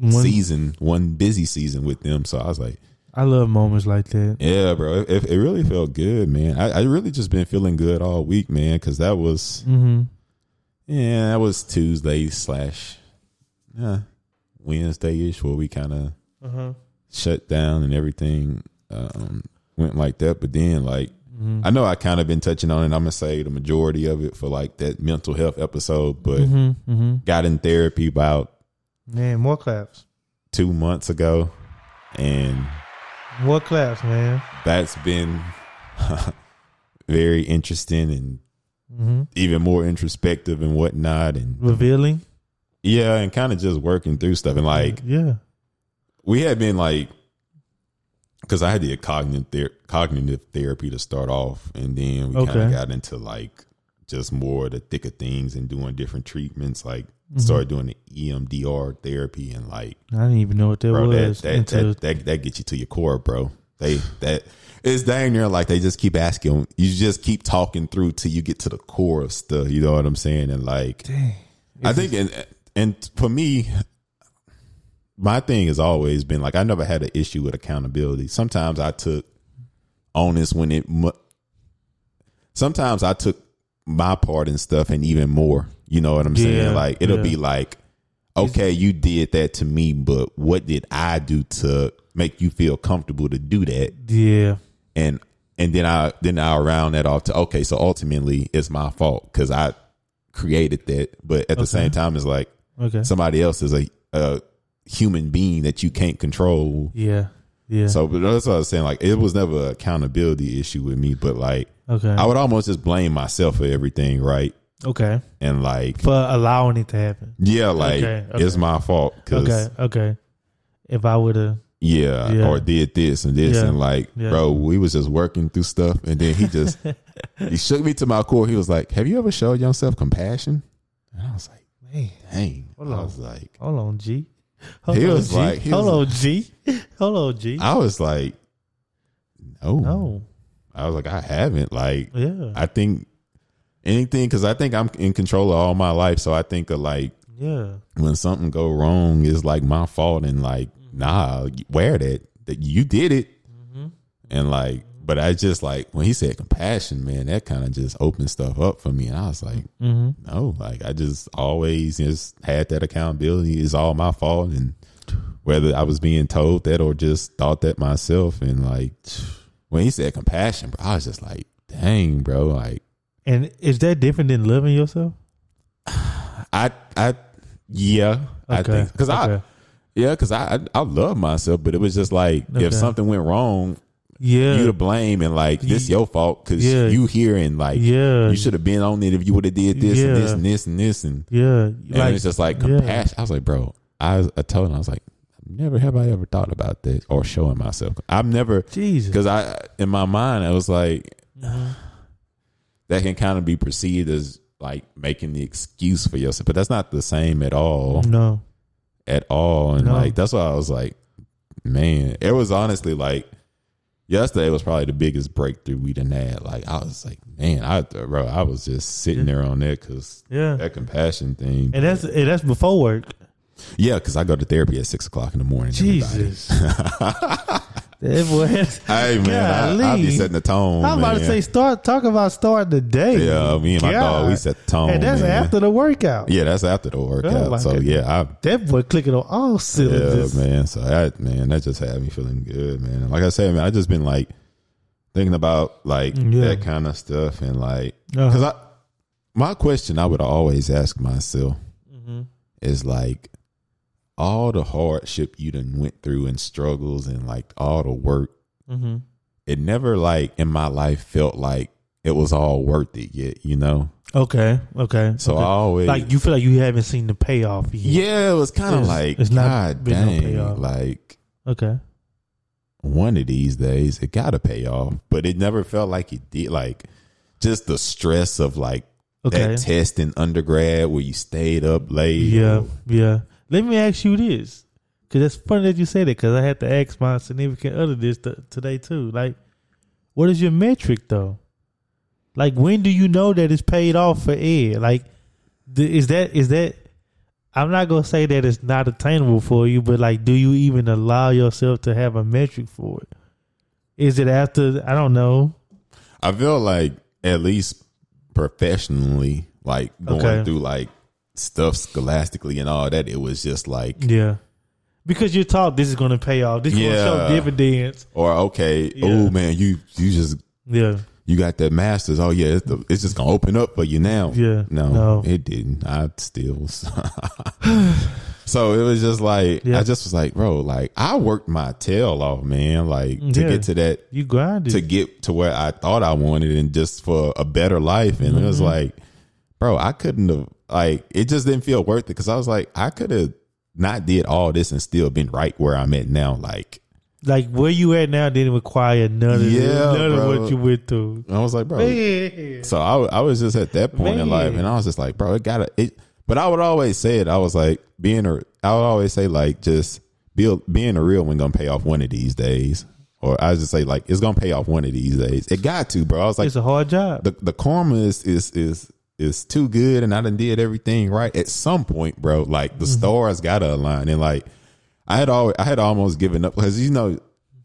One-
season, one busy season with them. So I was like,
I love moments like that.
yeah, bro, it, it, it really felt good, man. I, I really just been feeling good all week, man, because that was
Mm-hmm.
yeah, that was Tuesday slash yeah, Wednesday ish where we kind of
Uh huh.
shut down and everything um, went like that. But then, like,
Mm-hmm.
I know I kind of been touching on it. I'm gonna say the majority of it for like that mental health episode, but
Mm-hmm. Mm-hmm.
got in therapy about
Man, more claps.
two months ago, and
More claps, man.
that's been very interesting and
Mm-hmm.
even more introspective and whatnot. And
Revealing.
yeah, and kind of just working through stuff. And like,
Yeah.
we had been like because I had the cognitive ther- cognitive therapy to start off, and then we kind
Okay.
of got into like just more of the thick of things and doing different treatments. Like
Mm-hmm.
started doing the E EMDR therapy, and like
I didn't even know what that
bro, that
was
that,
until
that that that gets you to your core, bro. They that it's dang near like they just keep asking. You just keep talking through till you get to the core of stuff. You know what I'm saying? And like, I think and and for me, my thing has always been like I never had an issue with accountability. Sometimes I took onus when it. mu- Sometimes I took my part in stuff and even more. You know what I'm
Yeah,
saying? Like it'll
yeah.
be like, okay, you did that to me, but what did I do to make you feel comfortable to do that?
yeah.
and and then I then I round that off to okay, so ultimately it's my fault because I created that, but at the same time it's like
Okay.
somebody else is a, a human being that you can't control.
yeah. Yeah.
So but that's what I was saying. Like it was never an accountability issue with me, but like
okay.
I would almost just blame myself for everything, right?
okay.
And like
For allowing it to happen.
yeah, like
Okay, okay.
it's my fault because
Okay. Okay. If I would have.
yeah,
Yeah.
or did this and this
Yeah.
and like,
Yeah.
bro, we was just working through stuff, and then he just he shook me to my core. He was like, "Have you ever showed yourself compassion?" And I was like,
Man.
"Dang,"
Hold
I
on.
was like,
Hold on, G. Hold
He
on,
was
G.
like- he
Hold
was
on, G. Hold on, G.
I was like, no,
no.
I was like, I haven't. Like,
Yeah.
I think anything because I think I'm in control of all my life, so I think of like
yeah.
when something go wrong it's like my fault and like
Mm-hmm.
nah wear that that you did it and like but i just like when he said compassion man that kind of just opened stuff up for me and i was like
Mm-hmm.
no like i just always just had that accountability it's all my fault and whether i was being told that or just thought that myself and like when he said compassion bro i was just like dang bro like
And is that different than loving yourself?
i i yeah i
Okay.
think because i
okay.
Yeah, because I, I I love myself, but it was just like
Okay.
if something went wrong,
yeah.
you to blame, and like this your fault because
Yeah.
you here and like
yeah.
you should have been on it if you would have did this and this
Yeah.
and this and this and,
Yeah.
and it's just like
yeah.
compassion. I was like, bro, I I told him I was like, never have I ever thought about this or showing myself. I've never
Jesus.
because I in my mind I was like
Uh-huh.
that can kind of be perceived as like making the excuse for yourself, but that's not the same at all
No.
at all. And
No.
like that's why I was like, man, it was honestly like yesterday was probably the biggest breakthrough we done had. Like I was like, man, I bro, I was just sitting there on that because
Yeah.
that compassion thing.
And that's and that's before work.
yeah, because I go to therapy at six o'clock in the morning. everybody.
Jesus. that boy has-
Hey man, I, I be
Golly.
setting the tone.
I'm about to
man.
say start talk about starting the day.
Yeah, me and my dog, we set the tone,
And that's
man.
after the workout.
yeah, that's after the workout.
Oh my
so
goodness.
yeah, I
That boy clicking on all
Yeah,
cylinders.
man. So that man, that just had me feeling good, man. And like I said, man, I just been like thinking about like
Yeah.
that kind of stuff and like
Uh-huh.
because I my question I would always ask myself
Mm-hmm.
is like all the hardship you done went through and struggles and like all the work. It never like in my life felt like it was all worth it yet, you know.
Okay. Okay.
So
okay.
I always
like you feel like you haven't seen the payoff yet.
yeah, it was kind of
It's-
like
it's not
God
been no
dang,
payoff.
like.
Okay.
one of these days it gotta pay off but it never felt like it did like just the stress of like That
Okay.
test in undergrad where you stayed up late.
Yeah, yeah. Let me ask you this, because it's funny that you say that. Because I had to ask my significant other this t- today too. Like, what is your metric though? Like, when do you know that it's paid off for ed? Like, th- is that is that? I'm not gonna say that it's not attainable for you, but like, do you even allow yourself to have a metric for it? Is it after I don't know?
I feel like at least professionally, like going
Okay.
through like stuff scholastically and all that, it was just like,
Yeah, because you're taught this is gonna pay off. This is gonna show
Yeah.
dividends.
or okay,
Yeah.
oh man, you you just
Yeah.
you got that master's. Oh yeah, it's, the, it's just gonna open up for you now.
Yeah.
no,
No.
it didn't. I still. Was so it was just like
Yeah.
I just was like, bro, like I worked my tail off, man, like to
Yeah.
get to that
You grinded.
to get to where I thought I wanted and just for a better life. And it was
Mm-hmm.
like, bro, I couldn't have like it just didn't feel worth it because I was like, I could have not did all this and still been right where I'm at now. Like
like where you at now didn't require none of
Yeah,
none of
bro.
what you went through.
I was like, bro.
Man.
So I, I was just at that point
Man.
in life, and I was just like, bro, it gotta. It, but I would always say it. I was like being a. I would always say like just be, being a real one gonna pay off one of these days. Or I just say like it's gonna pay off one of these days. It got to, bro. I was like,
It's a hard job.
the the karma is is is is too good and I done did everything right at some point, bro. Like
Mm-hmm.
the stars gotta align and like I had always I had almost given up because you know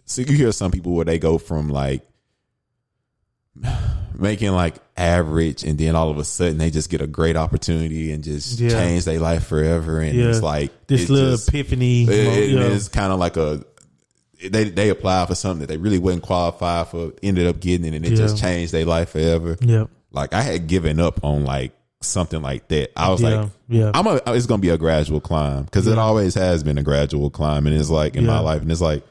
so you hear some people where they go from like making like average and then all of a sudden they just get a great opportunity and just
Yeah.
change their life forever and
yeah.
it's like
this
it
little
just-
epiphany.
it- it
moment,
is kind of like a they they apply for something that they really wouldn't qualify for, ended up getting it, and it just
Yeah.
changed their life forever
yeah. Yep.
like I had given up on like something like that. I was
yeah.
like,
yeah.
I'm a, it's gonna be a gradual climb because it
Yeah.
always has been a gradual climb, and it's like in my
Yeah.
life, and it's like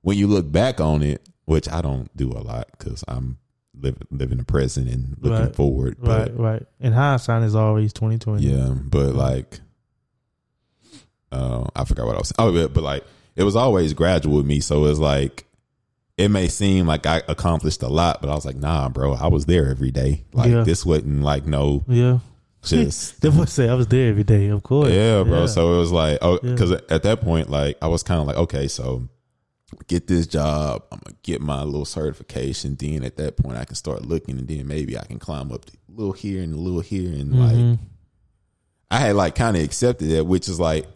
when you look back on it, which I don't do a lot because I'm living living the present and looking
Right.
forward, but
right, right. And hindsight is always twenty twenty.
yeah, but like, uh, I forgot what I was. Oh, but, but like, it was always gradual with me. So it's like, it may seem like I accomplished a lot, but I was like, nah, bro, I was there every day. Like
Yeah.
this wasn't like no
Yeah.
just.
That would say I was there every day, of course.
Yeah, bro. So it was like, oh,
Yeah.
because at that point, like, I was kind of like, okay, so get this job. I'm gonna get my little certification. Then at that point, I can start looking, and then maybe I can climb up a little here and a little here, and like,
Mhm.
I had like kind of accepted that, which is like,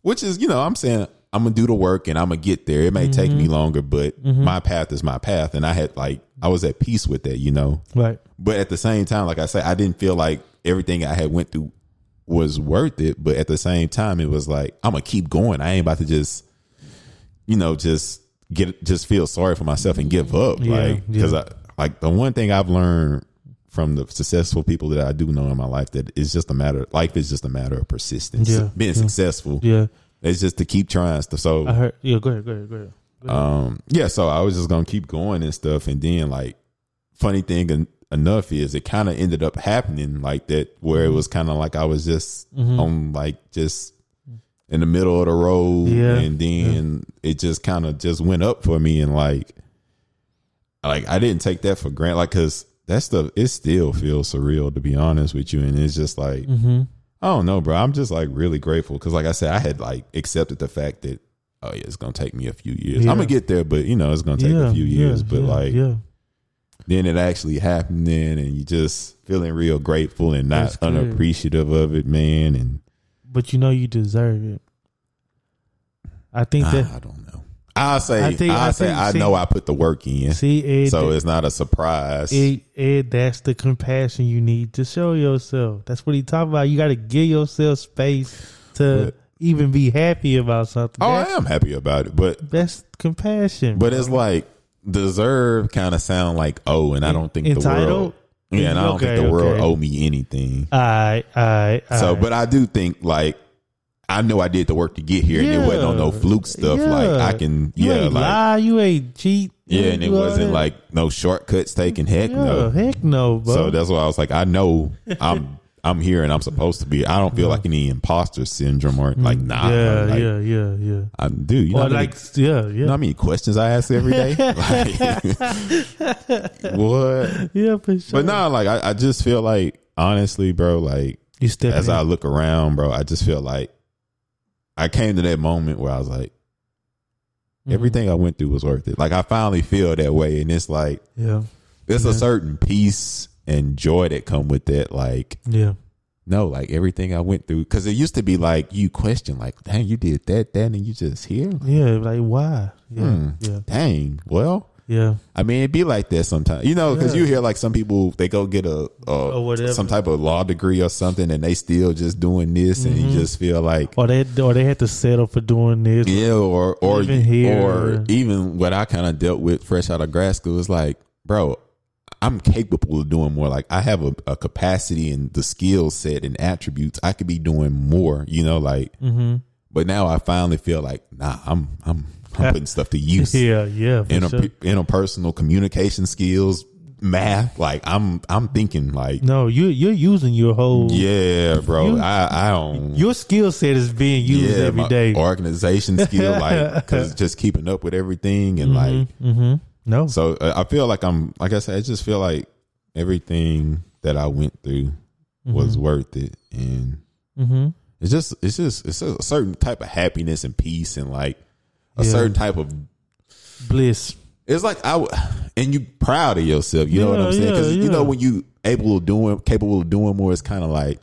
which is you know, I'm saying I'm gonna do the work and I'm gonna get there. It may take me longer, but my path is my path, and I had like I was at peace with that, you know.
right.
But at the same time, like I say, I didn't feel like everything I had went through was worth it. But at the same time, it was like I'm gonna keep going. I ain't about to just, you know, just get just feel sorry for myself and give up.
Yeah,
like
yeah.
because I like the one thing I've learned from the successful people that I do know in my life that it's just a matter. Life is just a matter of persistence.
Yeah,
Being
yeah.
successful,
Yeah.
it's just to keep trying stuff. So
I heard yeah, go ahead, go ahead, go ahead.
um yeah so i was just gonna keep going and stuff and then like funny thing en- enough is it kind of ended up happening like that where it was kind of like i was just on like just in the middle of the road
Yeah,
and then it just kind of just went up for me and like like i didn't take that for granted like because that stuff it still feels surreal to be honest with you and it's just like
Mm-hmm.
I don't know, bro. I'm just like really grateful because, like I said, I had like accepted the fact that oh yeah, it's gonna take me a few years.
Yeah.
I'm gonna get there, but you know, it's gonna take
yeah,
a few years.
yeah,
but
yeah,
like
yeah.
then it actually happened, then and you just feeling real grateful and not
That's good.
unappreciative of it, man. And
But you know you deserve it. I think that
I don't know. I say, I,
I think- I
say,
think-
I
see-
know I put the work in,
see Ed
so it's not a surprise.
It, it, that's the compassion you need to show yourself. That's what he talking about. You got to give yourself space to
But-
even be happy about something.
oh,
That-
I am happy about it, but
that's compassion.
but it's like deserve kind of sound like oh, and I don't think the
Entitled?
world. Yeah, and I don't
Okay,
think the world
okay.
owe me anything.
all right, all right. all
So,
right.
but I do think like I know I did the work to get here, and it wasn't on no
Yeah.
fluke stuff. Like
Yeah.
I can,
you
yeah,
ain't
like
lie, you ain't cheat. you
yeah,
ain't
and it
do all
wasn't
that.
like no shortcuts taken. Heck
yeah,
no.
heck no, bro.
So that's why I was like, I know I'm I'm here and I'm supposed to be. I don't feel like any imposter syndrome or like nah.
Mm, yeah,
bro, like,
yeah, yeah, yeah.
I, dude, you know,
Or
how many-
like, yeah, yeah,
you know how many questions I ask every day? Like, what?
yeah, for sure.
But nah, like I, I just feel like honestly, bro, like
you step
as
in.
I look around, bro, I just feel like I came to that moment where I was like,
Mm-hmm.
everything I went through was worth it. Like I finally feel that way, and it's like
yeah,
there's a
Yeah.
certain peace and joy that come with that. Like
yeah,
no, like everything I went through, because it used to be like you question, like, dang, you did that, that, and you just here.
yeah. Like why? Yeah,
Hmm.
yeah,
Dang, well.
yeah.
I mean, it'd be like that sometimes, you know, because
Yeah.
you hear like some people they go get a, a
Or whatever.
some type of law degree or something, and they still just doing this, and
Mm-hmm.
you just feel like
Or they or they had to settle for doing this.
yeah, or or
Even here,
or
yeah.
even what I kind of dealt with fresh out of grad school is like, bro, I'm capable of doing more. Like I have a, a capacity and the skill set and attributes. I could be doing more, you know, like.
Mm-hmm.
But now I finally feel like, nah, I'm I'm, I'm putting stuff to use
yeah, yeah. For
inter-
sure.
interpersonal communication skills, math. Like I'm, I'm thinking like,
no, you you're using your whole
yeah, bro.
You-
I, I don't.
your skill set is being used
yeah,
every
my
day.
organization skill, like, cause just keeping up with everything and like,
Mm-hmm. no,
so uh, I feel like I'm, like I said, I just feel like everything that I went through
Mm-hmm.
was worth it, and it's just, it's just, it's a certain type of happiness and peace, and like a
Yeah.
certain type of
bliss.
It's like I w- and you proud of yourself. You know what
Yeah,
I'm saying? Because
yeah,
you
yeah.
know when you able to doing capable of doing more, it's kind of like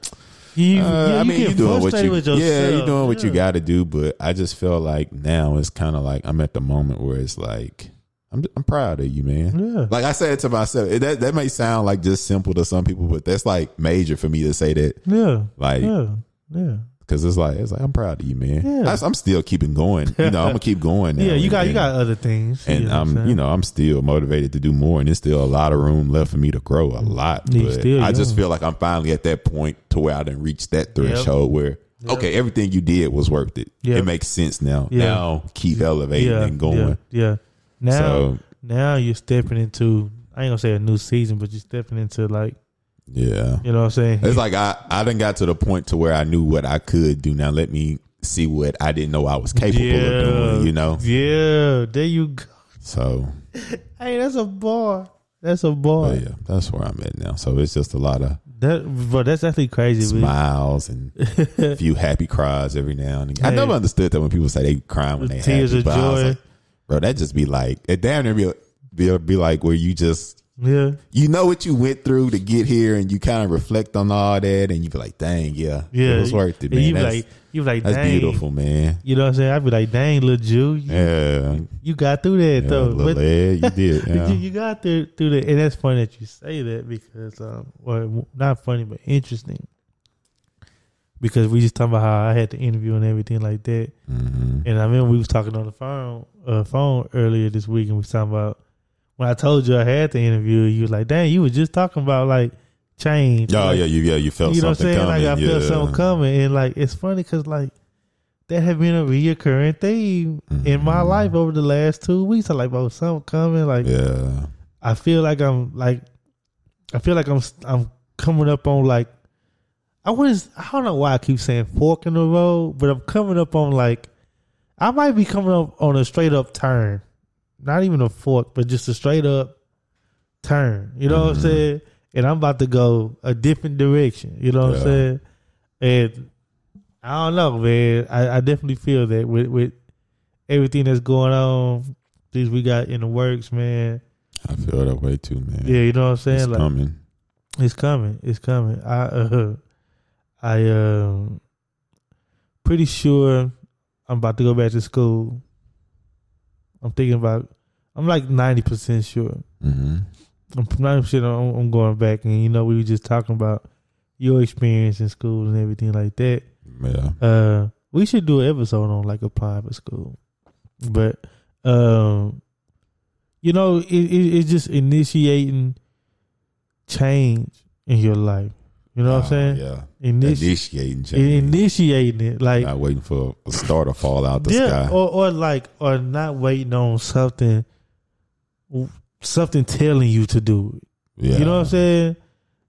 You,
uh,
yeah,
I
you
mean
get
you doing what
frustrated
you
with yourself.
yeah you doing what you
Yeah.
got to do. But I just feel like now it's kind of like I'm at the moment where it's like I'm I'm proud of you, man.
Yeah.
Like I said it to myself. It- That that may sound like just simple to some people, but that's like major for me to say that.
Yeah,
Like
yeah, yeah.
because it's like it's like I'm proud of you, man.
Yeah.
I, am still keeping going. You know I'm gonna keep going. Now
Yeah, you got you
And-
got other things,
and
you know what
I'm,
saying?
you know, I'm still motivated to do more, and there's still a lot of room left for me to grow a lot.
You
But
still
I just
young.
feel like I'm finally at that point to where I didn't reach that threshold where okay, everything you did was worth it.
Yep.
It makes sense now.
Yeah.
Now keep elevating
yeah,
and going.
Yeah, yeah. Now,
So
now you're stepping into. I ain't gonna say a new season, but you're stepping into like
yeah,
you know what I'm saying.
it's like I I didn't got to the point to where I knew what I could do. Now let me see what I didn't know I was capable of doing. You know,
Yeah, there you go.
so
Hey, that's a bar. That's a bar.
but yeah, that's where I'm at now. So it's just a lot of
That, but that's actually crazy. man.
smiles and a few happy cries every now and again. I
Hey.
never understood that when people say they crying when they
Tears
happy,
of
but I was
joy.
like, bro, that just be like it damn near be, be be like where you just
Yeah,
you know what you went through to get here, and you kind of reflect on all that, and you be like, dang, yeah,
yeah.
it was worth it,
And
man.
You be
that's
like, you be like,
that's
dang.
beautiful, man.
You know what I'm saying? I'd be like, dang, little Jew, you,
Yeah,
you got through that
yeah
though.
little
But
Ed, you did. yeah.
you, you got through through that, and that's funny that you say that because, um, well, not funny but interesting. Because we just talking about how I had the interview and everything like that.
Mhm.
And I remember we was talking on the phone uh, phone earlier this week, and we was talking about when I told you I had the interview. You was like, "Dang, you was just talking about like change."
Oh
Like,
yeah, you yeah you felt
you know what I'm
something
saying?
coming.
like I
yeah.
felt something coming, and like it's funny because like that had been a reoccurring theme in
Mm-hmm.
my life over the last two weeks. I like, oh, something coming. Like
Yeah,
I feel like I'm like I feel like I'm I'm coming up on like I was I don't know why I keep saying fork in the road, but I'm coming up on like I might be coming up on a straight up turn, not even a fork, but just a straight up turn. You know what I'm saying? And I'm about to go a different direction. You know what
Yeah.
I'm saying? And I don't know, man. I, I definitely feel that with with everything that's going on, things we got in the works, man.
I feel that way too, man.
Yeah, you know what I'm saying.
it's
like
coming.
it's coming, it's coming. I, uh, I, um, pretty sure I'm about to go back to school. I'm thinking about. I'm like ninety percent sure.
hmm
I'm ninety percent. I'm, I'm going back, and you know, we were just talking about your experience in school and everything like that.
Yeah.
Uh, we should do an episode on like applying for school, but um, you know, it, it it's just initiating change in your life. You know what I'm saying?
Ah, Yeah.
Initi-
Initiating change.
initiating it, like
not waiting for a star to fall out the
yeah, oh,
sky.
or or like or not waiting on something, something telling you to do it.
yeah.
You know what I'm saying?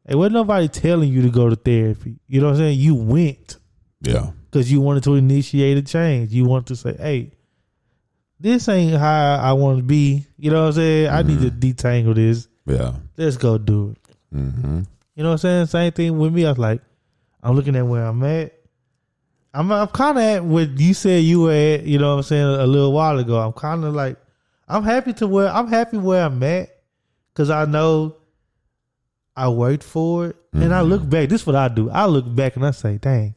It wasn't nobody telling you to go to therapy. You know what I'm saying? You went
Yeah.
because you wanted to initiate a change. You want to say, hey, this ain't how I want to be. You know what I'm saying? I need to detangle this.
Yeah.
Let's go do it.
Mm-hmm.
You know what I'm saying? Same thing with me. I was like, I'm looking at where I'm at. I'm I'm kind of at what you said you were at. You know what I'm saying? A little while ago, I'm kind of like, I'm happy to where I'm happy where I'm at because I know I worked for it, and I look back. This is what I do. I look back and I say, dang.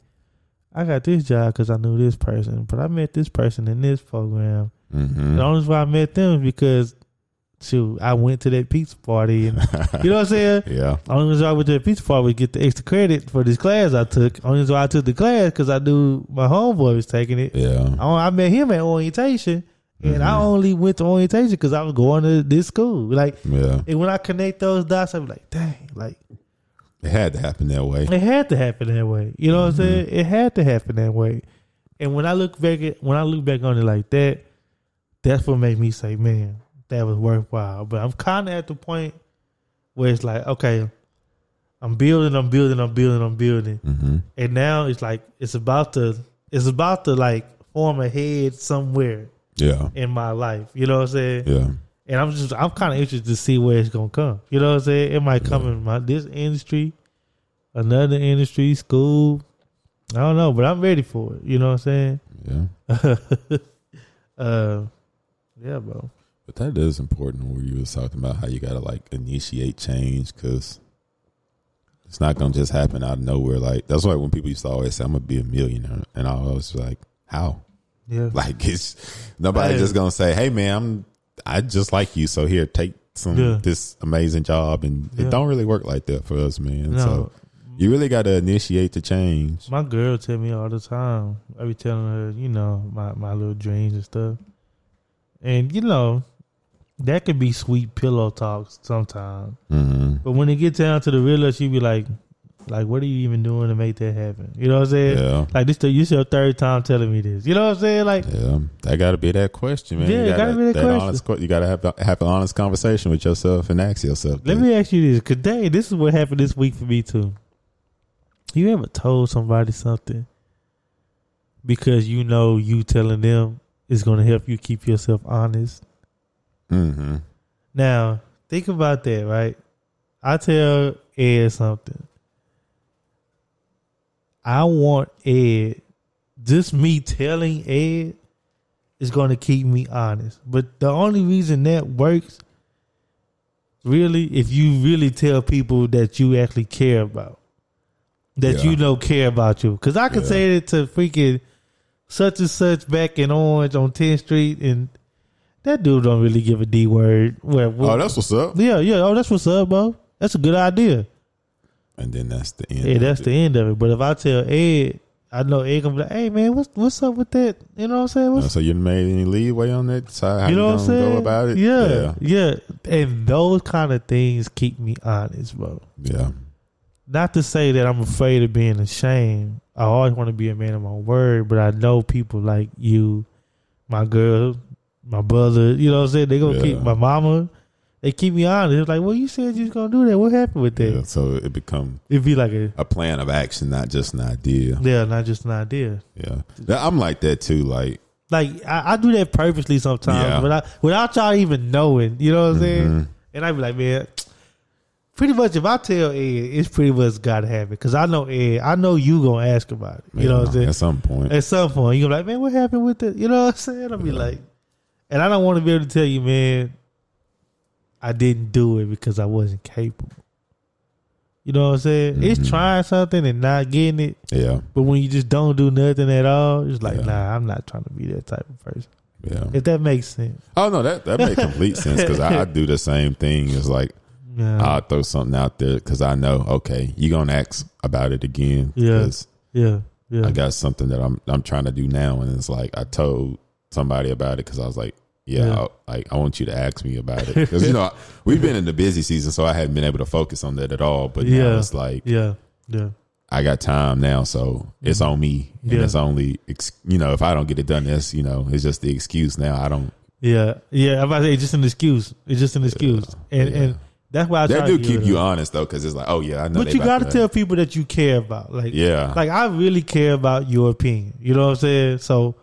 I got this job because I knew this person, but I met this person in this program.
Mm-hmm.
The only reason why I met them is because, shoot, I went to that pizza party, and you know what I'm saying.
Yeah.
Only reason I went to the pizza party was get the extra credit for this class I took. Only reason why I took the class because I knew my homeboy was taking it.
Yeah.
I I met him at orientation, and I only went to orientation because I was going to this school. Like,
Yeah.
and when I connect those dots, I'm like, dang, like
It had to happen that way.
it had to happen that way. You know what I'm saying? It had to happen that way. And when I look back at when I look back on it like that, that's what made me say, man, that was worthwhile. But I'm kind of at the point where it's like, okay, I'm building, I'm building, I'm building, I'm building,
Mm-hmm.
and now it's like it's about to it's about to like form a head somewhere
Yeah.
in my life. You know what I'm saying?
Yeah.
And I'm just I'm kind of interested to see where it's gonna come. You know what I'm saying? It might come in my this industry, another industry, school. I don't know, but I'm ready for it. You know what I'm
Yeah.
saying? uh, yeah, bro.
But that is important where you was talking about how you gotta like initiate change because it's not gonna just happen out of nowhere. Like that's why when people used to always say I'm gonna be a millionaire, and I was like, how?
Yeah,
Like it's nobody
Hey.
just gonna say, hey man, I'm I just like you, so here take some
Yeah.
this amazing job, and
Yeah.
it don't really work like that for us, man.
no.
So you really gotta initiate the change.
My girl tell me all the time. I be telling her, you know, my, my little dreams and stuff. And you know, that could be sweet pillow talks sometimes.
Mm-hmm.
But when it gets down to the real, she be like, like, what are you even doing to make that happen? You know what I'm saying?
Yeah.
Like this, the, this your third time telling me this. You know what I'm saying? Like,
Yeah, that got to be that question, man.
Yeah,
You
it gotta be that question.
honest que- you got to have have an honest conversation with yourself and ask yourself.
let
that.
me ask you this. Cause dang, this is what happened this week for me too. You ever told somebody something because you know you telling them is going to help you keep yourself honest?
Mm-hmm.
Now, think about that, right? I tell Ed something. I want Ed, just me telling Ed is going to keep me honest. But the only reason that works, really, if you really tell people that you actually care about, that
Yeah.
you know care about you. Because I could
Yeah.
say it to freaking such and such back in Orange on 10th Street and that dude don't really give a D word. Well, well,
Oh, that's what's up.
yeah, yeah. Oh, that's what's up, bro. That's a good idea.
And then that's the end.
Yeah,
of
that's
it.
the end of it. But if I tell Ed, I know Ed gonna be like, "Hey, man, what's what's up with that? You know what I'm saying?
Uh,
What's,
So you made any leeway on that? So how
you
you,
know what
gonna
I'm saying?
go about it?
Yeah, yeah, And those kind of things keep me honest, bro.
yeah, yeah.
Not to say that I'm afraid of being ashamed. I always want to be a man of my word, but I know people like you, my girl, my brother. You know what I'm saying? They gonna keep
Yeah.
my mama. They keep me honest. It's like, well, you said you was gonna do that. What happened with that?
Yeah, So it become
It'd be like a
a plan of action, not just an idea.
Yeah, not just an idea.
Yeah, Now, I'm like that too. Like
Like I, I do that purposely sometimes,
Yeah. Mm-hmm.
but I, without y'all even knowing, you know what I'm saying? And I be like, man, pretty much if I tell Ed, it's pretty much gotta happen because I know Ed, I know you gonna ask about it. You know what I'm saying?
At some point,
At some point, you gonna be like, man, what happened with that? You know what I'm saying? I'll be like, and I don't want to be able to tell you, man, I didn't do it because I wasn't capable. You know what I'm saying? It's trying something and not getting it.
yeah,
But when you just don't do nothing at all, it's like,
Yeah.
nah, I'm not trying to be that type of person.
yeah.
If that makes sense.
Oh no, that that made complete sense because I, I do the same thing. It's like
Yeah.
I'll throw something out there because I know, okay, you gonna ask about it again.
Yeah.
'cause
yeah. Yeah.
I got something that I'm I'm trying to do now, and it's like I told somebody about it because I was like, yeah,
Yeah.
I, like I want you to ask me about it because you know we've been in the busy season, so I hadn't been able to focus on that at all. But now
Yeah.
it's like
yeah. Yeah.
I got time now, so it's on me, and
Mm-hmm. Yeah.
it's only ex- you know if I don't get it done, that's you know it's just the excuse now. I don't.
Yeah. Yeah. I'm about to say it's just an excuse. It's just an excuse. And and That's why I
That
try
do
to
keep
it
you
up.
honest though, because it's like, oh yeah, I know.
But
they
you
about
got to tell people that you care about. Like,
Yeah.
like I really care about your opinion. You know what I'm saying? So,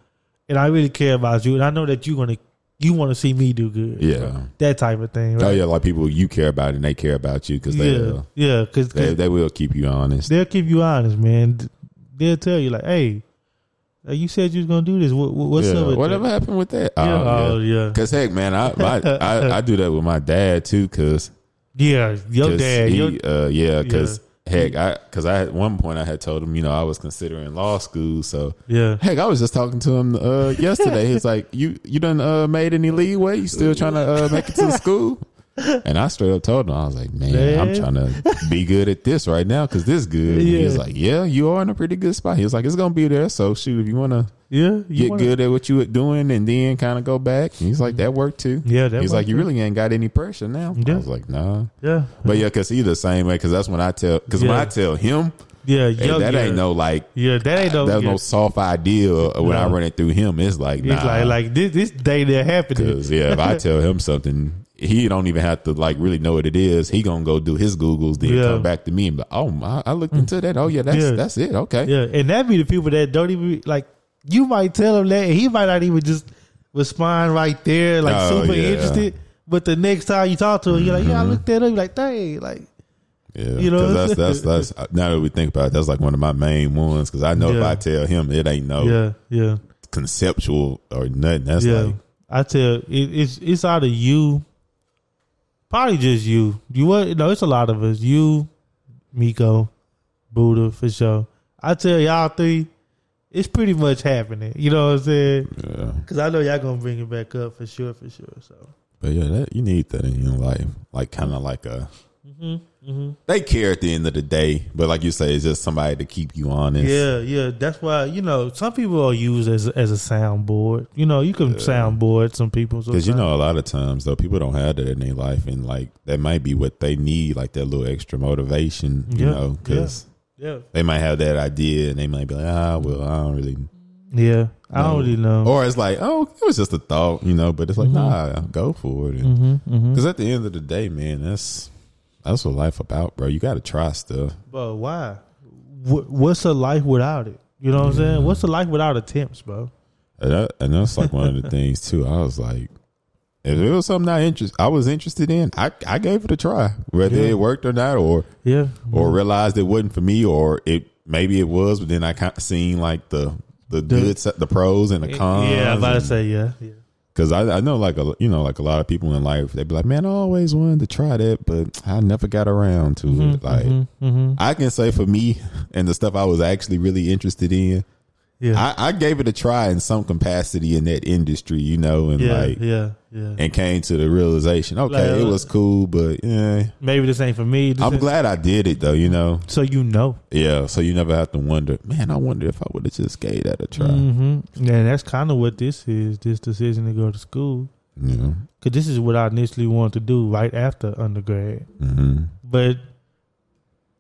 and I really care about you, and I know that you gonna you want to see me do good.
Yeah.
that type of thing.
Oh
Right?
yeah, like people you care about and they care about you because they,
yeah,
uh,
yeah. Because
they they will keep you honest.
they'll keep you honest, man. They'll tell you like, hey, like you said you was gonna do this. What, what- what's
Yeah,
up? With
whatever
That?
happened with that?
Yeah,
Oh,
oh, yeah.
Cause heck, man, I, my, I I do that with my dad too. Cause
Yeah, your
'cause
dad.
he,
your,
uh, yeah, cause heck, I cause I at one point I had told him, you know, I was considering law school. So
yeah.
heck, I was just talking to him uh, yesterday. He's like, you you done uh, made any leeway? You still trying to uh, make it to the school? And I straight up told him, I was like, man, I'm
Man.
trying to be good at this right now because this good. And He was
Yeah.
like, yeah, you are in a pretty good spot. He was like, it's gonna be there. So shoot, if you want to
Yeah, you
get
wanna-
good at what you were doing and then kind of go back. And he's like, that worked too.
Yeah, that
he's like,
worked
you
too.
really ain't got any pressure now. I
Yeah.
was like, nah.
Yeah,
But yeah, because he's the same way. Because that's when I tell. Because when
Yeah.
I tell him,
yeah,
hey,
yeah.
that
yeah.
ain't no like.
Yeah, that ain't no.
That's
yeah.
no soft idea. When I
No.
run it through him, it's like nah.
It's like like this this day that happened.
Because yeah, if I tell him something, he don't even have to like really know what it is. He gonna go do his googles, then
Yeah.
come back to me and be like, oh, my, I looked into that. Oh yeah, that's
Yeah.
that's it. Okay,
Yeah, and that be the people that don't even like. You might tell him that and he might not even just respond right there, like
Oh,
super
yeah. Mm-hmm.
interested. But the next time you talk to him, you're like, "Yeah, I looked that up." You're like, "Dang, like,
Yeah,
You know?
'cause that's that's that's now that we think about it, that's like one of my main ones because I know if
Yeah.
I tell him it ain't no
yeah, yeah."
conceptual or nothing. That's
yeah,
like
I tell it, it's it's either you, probably just you. You what? No, it's a lot of us. You, Miko, Buddha for sure. I tell y'all three, it's pretty much happening. You know what I'm saying?
yeah,
Because I know y'all gonna bring it back up for sure, for sure. So
but yeah, that, you need that in your life, like kind of like a.
Mm-hmm,
They care at the end of the day, but like you say, it's just somebody to keep you honest.
yeah, yeah. That's why you know some people are used as as a soundboard. You know, you can soundboard some people
Because you
sometimes.
know, a lot of times though, people don't have that in their life, and like that might be what they need, like that little extra motivation, you
Yeah,
know, because
Yeah,
they might have that idea and they might be like, ah, well, I don't really
yeah. I don't really know.
Or it's like, oh, it was just a thought, you know. But it's like,
Mm-hmm.
nah, go for it. Because at the end of the day, man, that's that's what life about, bro. You got to try stuff.
But why? Wh- What's a life without it? You know what I'm saying? What's a life without attempts, bro?
And, that, and that's like one of the things too. I was like, if it was something I interest, I was interested in, I I gave it a try, whether
Yeah.
it worked or not, or
Yeah,
or realized it wasn't for me, or it maybe it was, but then I kind of seen like the the good, si- the pros and the cons.
yeah. I'm about to
and-
say yeah, yeah,
Cause I, I know like a you know like a lot of people in life they be like man I always wanted to try that but I never got around
Mm-hmm,
to it like I can say for me and the stuff I was actually really interested in
yeah,
I, I gave it a try in some capacity in that industry you know and
yeah,
like
yeah, yeah.
and came to the realization okay
Like,
it
uh,
was cool but yeah
Maybe this ain't for me. This
I'm
ain't-
glad I did it though you know
So you know,
yeah so you never have to wonder man I wonder if I would have just gave that a try
mm-hmm. and that's kind of what this is. This decision to go to school,
you know
because this is what I initially wanted to do right after undergrad.
hmm
But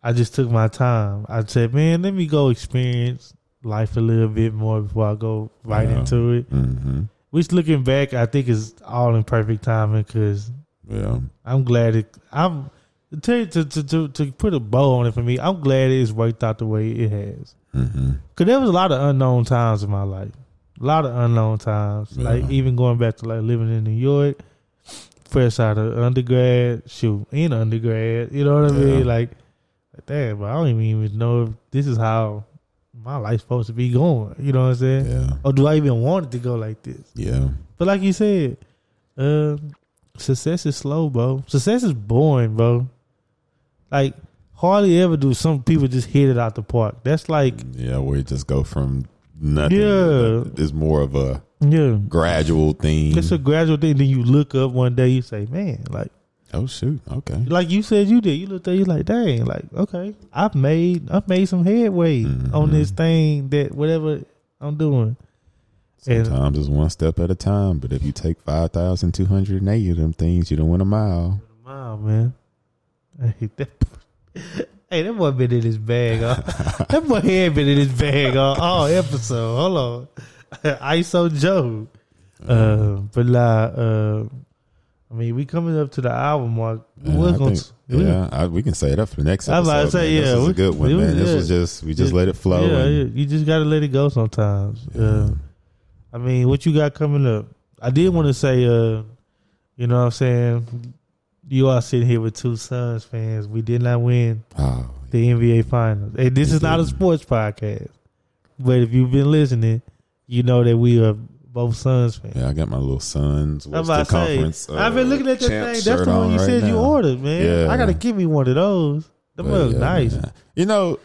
I just took my time. I said, man, let me go experience life a little bit more before I go right
Yeah.
into it.
hmm
Which looking back, I think is all in perfect timing because
yeah
I'm glad it. I'm to, tell you- to to to to put a bow on it for me. I'm glad it's worked out the way it has.
hmm
Cause there was a lot of unknown times in my life, a lot of unknown times. Like
Yeah.
even going back to like living in New York, fresh out of undergrad, shoot, in undergrad. You know what I
Yeah.
mean? Like, like damn, but I don't even even know if this is how my life's supposed to be going. You know what I'm saying?
yeah
Or do I even want it to go like this?
yeah.
But like you said, uh, success is slow, bro. Success is boring, bro. Like hardly ever do some people just hit it out the park. That's like
Yeah, where you just go from nothing.
Yeah.
to nothing. it's more of a
yeah,
gradual thing.
it's a gradual thing. Then you look up one day, you say, man, like
oh shoot, okay.
like you said you did. You looked at you like, dang, like okay, I've made I've made some headway on this thing that whatever I'm doing. And-
Sometimes it's one step at a time, but if you take five thousand two hundred and eighty of them things, you don't win a mile.
Wow, man. I hate that. Hey, that boy been in his bag. All, that boy had been in his bag all, all episode.
Uh-huh.
Hold on, ISO Joe. Uh, but like, uh, I mean, we coming up to the hour mark. We
Yeah,
was
I
gonna
think-
we-
yeah, I, we can say that for the next
I was
episode.
about to
man.
say, yeah,
this was
we-
a good one,
it was-
man. This was
yeah.
just we just let it flow.
yeah,
and-
yeah, you just gotta let it go sometimes. Uh, I mean, what you got coming up? I did want to say, uh, you know what I'm saying? You are sitting here with two Suns fans. We did not win
Oh,
the NBA Finals. And this
We
is not a
didn't.
sports podcast. But if you've been listening, you know that we are both Suns fans.
yeah, I got my little son's
I'm
what's the
about to say,
conference.
I've been
uh,
looking at that
champ
thing. That's
shirt
the one
on
you
right
said you
now.
ordered, man.
Yeah.
I gotta give me one of those. That
But
was
yeah,
nice.
man. You know,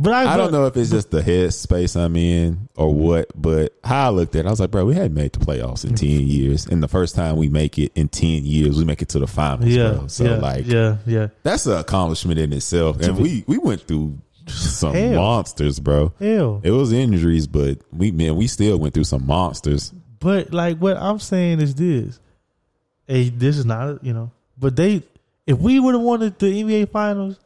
But I,
I don't know if it's just the head space I'm in or what, but how I looked at it, I was like, bro, we hadn't made the playoffs in 10 years. And the first time we make it in 10 years, we make it to the finals,
Yeah,
bro. So,
yeah,
like,
yeah, yeah,
that's an accomplishment in itself. And we, we went through some
Hell.
monsters, bro.
hell.
It was injuries, but we, man, we still went through some monsters.
But like what I'm saying is this. Hey, this is not you know, but they if we would have wanted the NBA finals,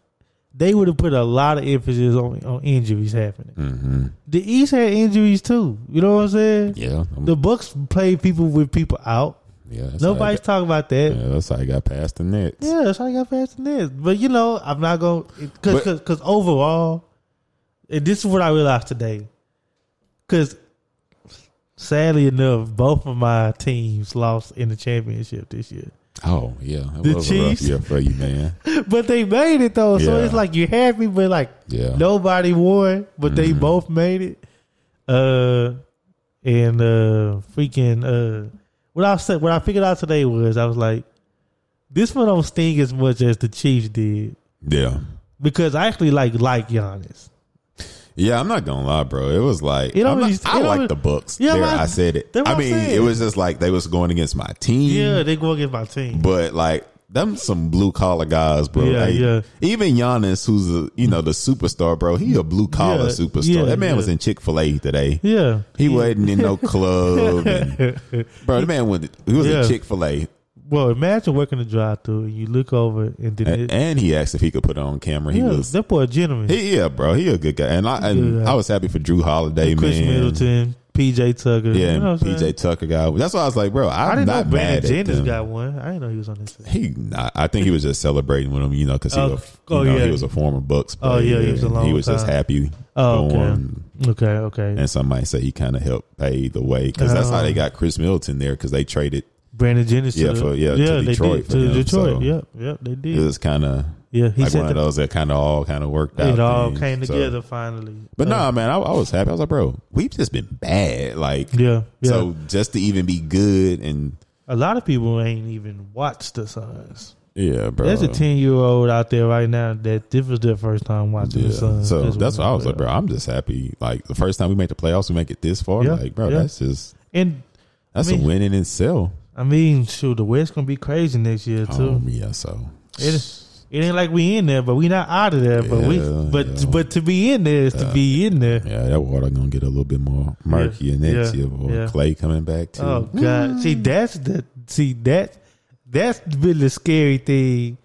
they would have put a lot of emphasis on, on injuries happening.
hmm
The East had injuries too. You know what I'm saying?
Yeah. I'm-
The Bucks played people with people out.
yeah that's how I
Nobody's
got-
talking about that.
yeah, that's how I got past the Nets.
Yeah, that's how you got past the Nets. But you know, I'm not gonna because
But-
because because overall, and this is what I realized today. Because sadly enough, both of my teams lost in the championship this year,
Oh, yeah. That
The
was a rough
Chiefs.
year for you, man.
but they made it though. So
Yeah.
it's like you happy, but like
Yeah.
nobody won, but
Mm-hmm.
they both made it. Uh, and uh, freaking uh, what I said, what I figured out today was I was like, this one don't sting as much as the Chiefs did.
Yeah.
because I actually like like Giannis.
Yeah, I'm not gonna lie, bro. It was like
It
I'm
always-
not- I
it
like
always-
the Bucks.
Yeah,
Yeah,
man.
I said it.
That's what
I
I'm
mean,
saying.
it was just like they was going against my team.
Yeah, they go against my team.
But like them some blue collar guys, bro.
Yeah,
Like,
yeah.
Even Giannis, who's a, you know the superstar, bro. He a blue collar
Yeah,
superstar.
yeah,
that man
yeah.
was in Chick Fil A today.
yeah,
He wasn't in no club, and, bro. The man was he was
Yeah.
in Chick Fil A,
well, imagine working the drive-through and you look over and then it,
and he asked if he could put it on camera. He
yeah,
was
that boy a gentleman.
he yeah, bro. He a good guy, and I and
Good guy.
I was happy for Drew Holiday,
Chris
man.
Middleton, PJ Tucker.
Yeah,
you know
and
what I'm saying?
PJ Tucker guy. That's why I was like, bro,
I
I'm
didn't know
not mad
Brandon
at
Jennings
them.
got one. I didn't know he was on this. List.
He, not, I think he was just celebrating with him, you know, because he,
Oh,
was a-
oh,
you know,
yeah.
he was a former Bucks player.
Oh, yeah, he was a
and
long
He was just
time.
happy.
Oh,
for
okay.
him.
Okay, okay.
And some might say he kind of helped pave the way because that's how
Oh.
they got Chris Middleton there because they traded.
Brandon Jennings. to
Yeah,
the-
for- yeah, to
they
Detroit
did,
for
to
him,
Detroit.
so-
Yep, yep, they
It
did.
was kind of
Yeah, he
like
said
one of
that
those that kind of all kind of worked out.
it all
things.
came
So-
together finally.
But
Uh,
nah, man, I, I was happy. I was like, bro, we've just been bad. Like,
yeah, yeah.
so just to even be good and
a lot of people ain't even watched the Suns.
yeah, bro.
There's a ten year old out there right now that this was their first time watching
Yeah.
the Suns.
So that's
what
why I was
I'm
like, bro, I'm just happy. Like the first time we make the playoffs, we make it this far.
Yeah,
Like, bro,
yeah.
that's just
And
that's
I mean-
a win in itself.
I mean, shoot, the West gonna be crazy next year too.
Um, yeah, so
it, it ain't like we in there, but we not out of there. But we,
Yeah,
but
yeah.
but to be in there is to be in there.
yeah, that water gonna get a little bit more murky
Yeah,
next
yeah,
year. Boy.
yeah.
Clay coming back too.
Oh God, see that's the see that that's been the scary thing.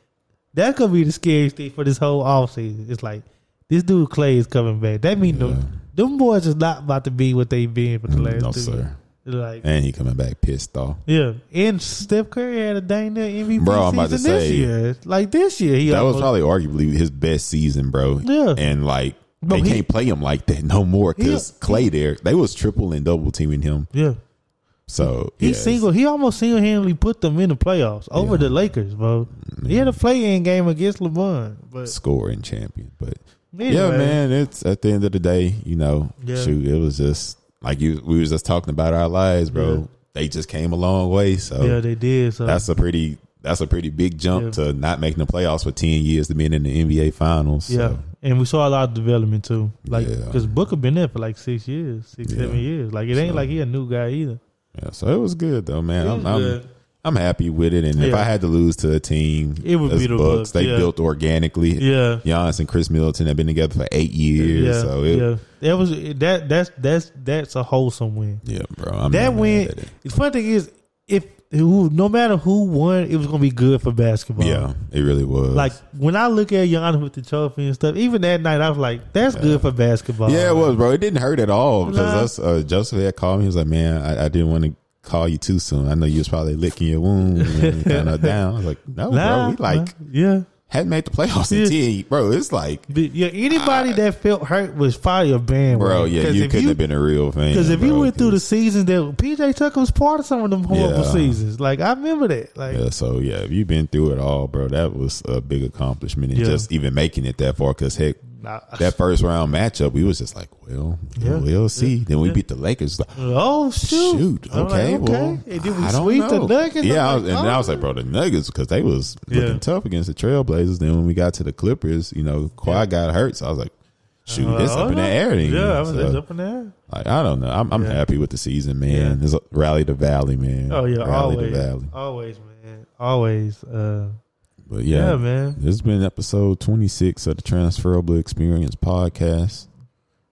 That could be the scariest thing for this whole offseason. It's like this dude Clay is coming back. That means them, them boys is not about to be what they been for the last
Mm, no
two.
sir.
Like
And he coming back pissed off.
Yeah, and Steph Curry had a dang near MVP
Bro, I'm
season
about to
this
say-
year. Like this year, he
that was
almost-
probably arguably his best season, bro.
Yeah.
and like.
Bro,
they
he-
can't play him like that no more because
He-
Clay there. They was triple and double teaming him.
yeah.
So
He
yeah, it's-
single. He almost single handedly put them in the playoffs over
Yeah. Mm.
the Lakers, bro. He had a play in game against LeBron, but
scoring champion. But yeah,
anyway.
man, it's at the end of the day, you know,
Yeah.
shoot, it was just like you we was just talking about our lives, bro.
Yeah.
They just came a long way. So
Yeah, they did. So
that's a pretty that's a pretty big jump
Yeah.
to not making the playoffs for ten years to being in the NBA finals.
yeah,
So,
and we saw a lot of development too. Like
Yeah.
because Booker been there for like six years, six
Yeah.
seven years. Like it ain't
So-
like he a new guy either.
yeah, so it was good though, man.
It
I'm,
was
I'm
good.
I'm happy with it. And if
Yeah.
I had to lose to a team,
It would
that's
be the Bucks,
They
yeah.
built organically.
Yeah.
Giannis and Chris Middleton have been together for eight years.
Yeah,
so it, yeah.
yeah. That was that. That's that's that's a wholesome win.
bro. I'm
that
not mad
win.
at it.
The funny thing is, if who, no matter who won, it was gonna be good for basketball.
Yeah, it really was.
Like when I look at Giannis with the trophy and stuff, even that night I was like, "That's good for basketball."
Yeah, it was, bro. It didn't hurt at all
Um, Nah.
because us, uh, Joseph had called me. He was like, "Man, I, I didn't want to call you too soon. I know you was probably licking your wound and kind of down. I was like, no, bro, we like
nah, yeah.
hadn't made the playoffs in
Yeah.
10, bro. It's like,
But, yeah, anybody that felt hurt was fire band.
bro, yeah, you couldn't have been a real fan.
Because if you
bro,
went through the
'cause-
seasons that PJ Tucker was part of some of them horrible
Yeah.
seasons, like I remember that. Like
Yeah, so yeah, if you've been through it all, bro, that was a big accomplishment. And
Yeah.
just even making it that far, because heck,
nah.
that first round matchup, we was just like, well,
Yeah.
we'll see. Then we
Yeah.
beat the Lakers. Like,
oh shoot,
shoot,
I'm
okay,
like,
well,
and then we
I don't
sweep
know.
the Nuggets.
Yeah, I
I'm
was, and I was
oh.
like, bro, the Nuggets because they was looking
Yeah.
tough against the Trailblazers. Then when we got to the Clippers, you know, Kawhi
Yeah.
got hurt, so I was like, shoot, it's
Oh,
up in the
no.
air. then.
Yeah, I was
So,
it's up in there.
like, I don't know. I'm, I'm
Yeah.
happy with the season, man. It's a rally the valley, man.
Oh yeah,
rally the
always,
valley.
always, man, always. Uh,
But
yeah.
yeah,
man.
This has been episode 26 of the Transferable Experience podcast.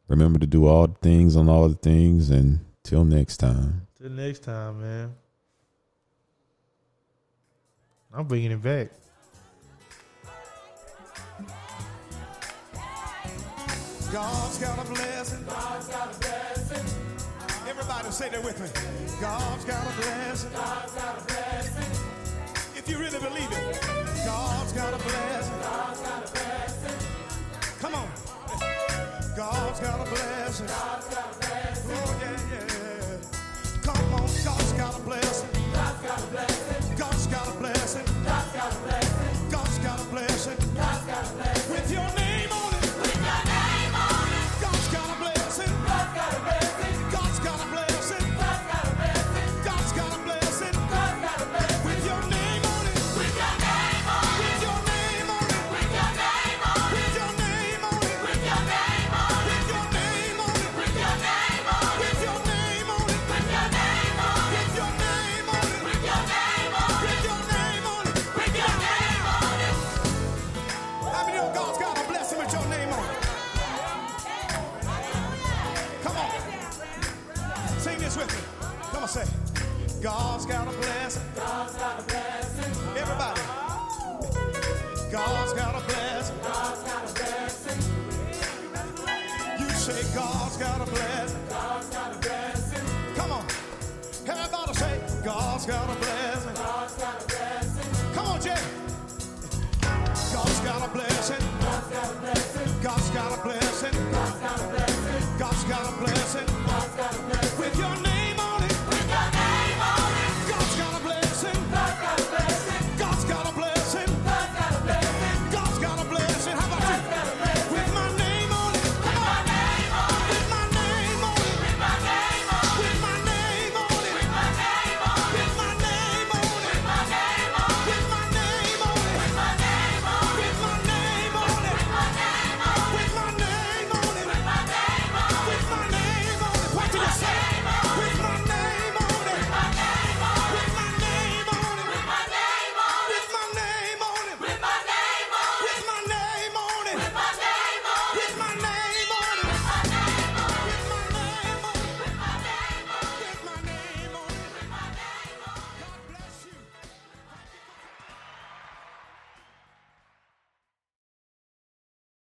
Remember to do all the things on all the things. And till next time,
Till next time, man. I'm bringing it back.
God's got a blessing. God's got a blessing. Everybody say that with me. God's got a blessing. God's got a blessing. If you really believe it, God's got a blessing. God's got a blessing. Come on. God's got a blessing. God's got a blessing. Oh yeah, yeah. Come on, God's got a blessing. God's got a blessing. God's got a blessing. God's got a blessing. God's got a blessing. God's got a blessing. With your name on it. God's got a blessing. God's got a blessing. God's got a blessing. God's got a blessing. God's got a blessing. God's got a blessing. With your name on it. With your name on it. With your name on it. With your name on it. With your name on it. With your name on it. With your name on it. With your name on it. With your name on it. With your name on it. With your name on it. With your name on it. With your name on it. With your name on it. How many of God's got a blessing with your name on it? Come on. Sing this with me. Come on, say. God's got a blessing. God's got a blessing. Everybody. God's got a blessing. God's got a blessing. You say God's got a blessing. God's got a blessing. Come on. Everybody say God's got a blessing.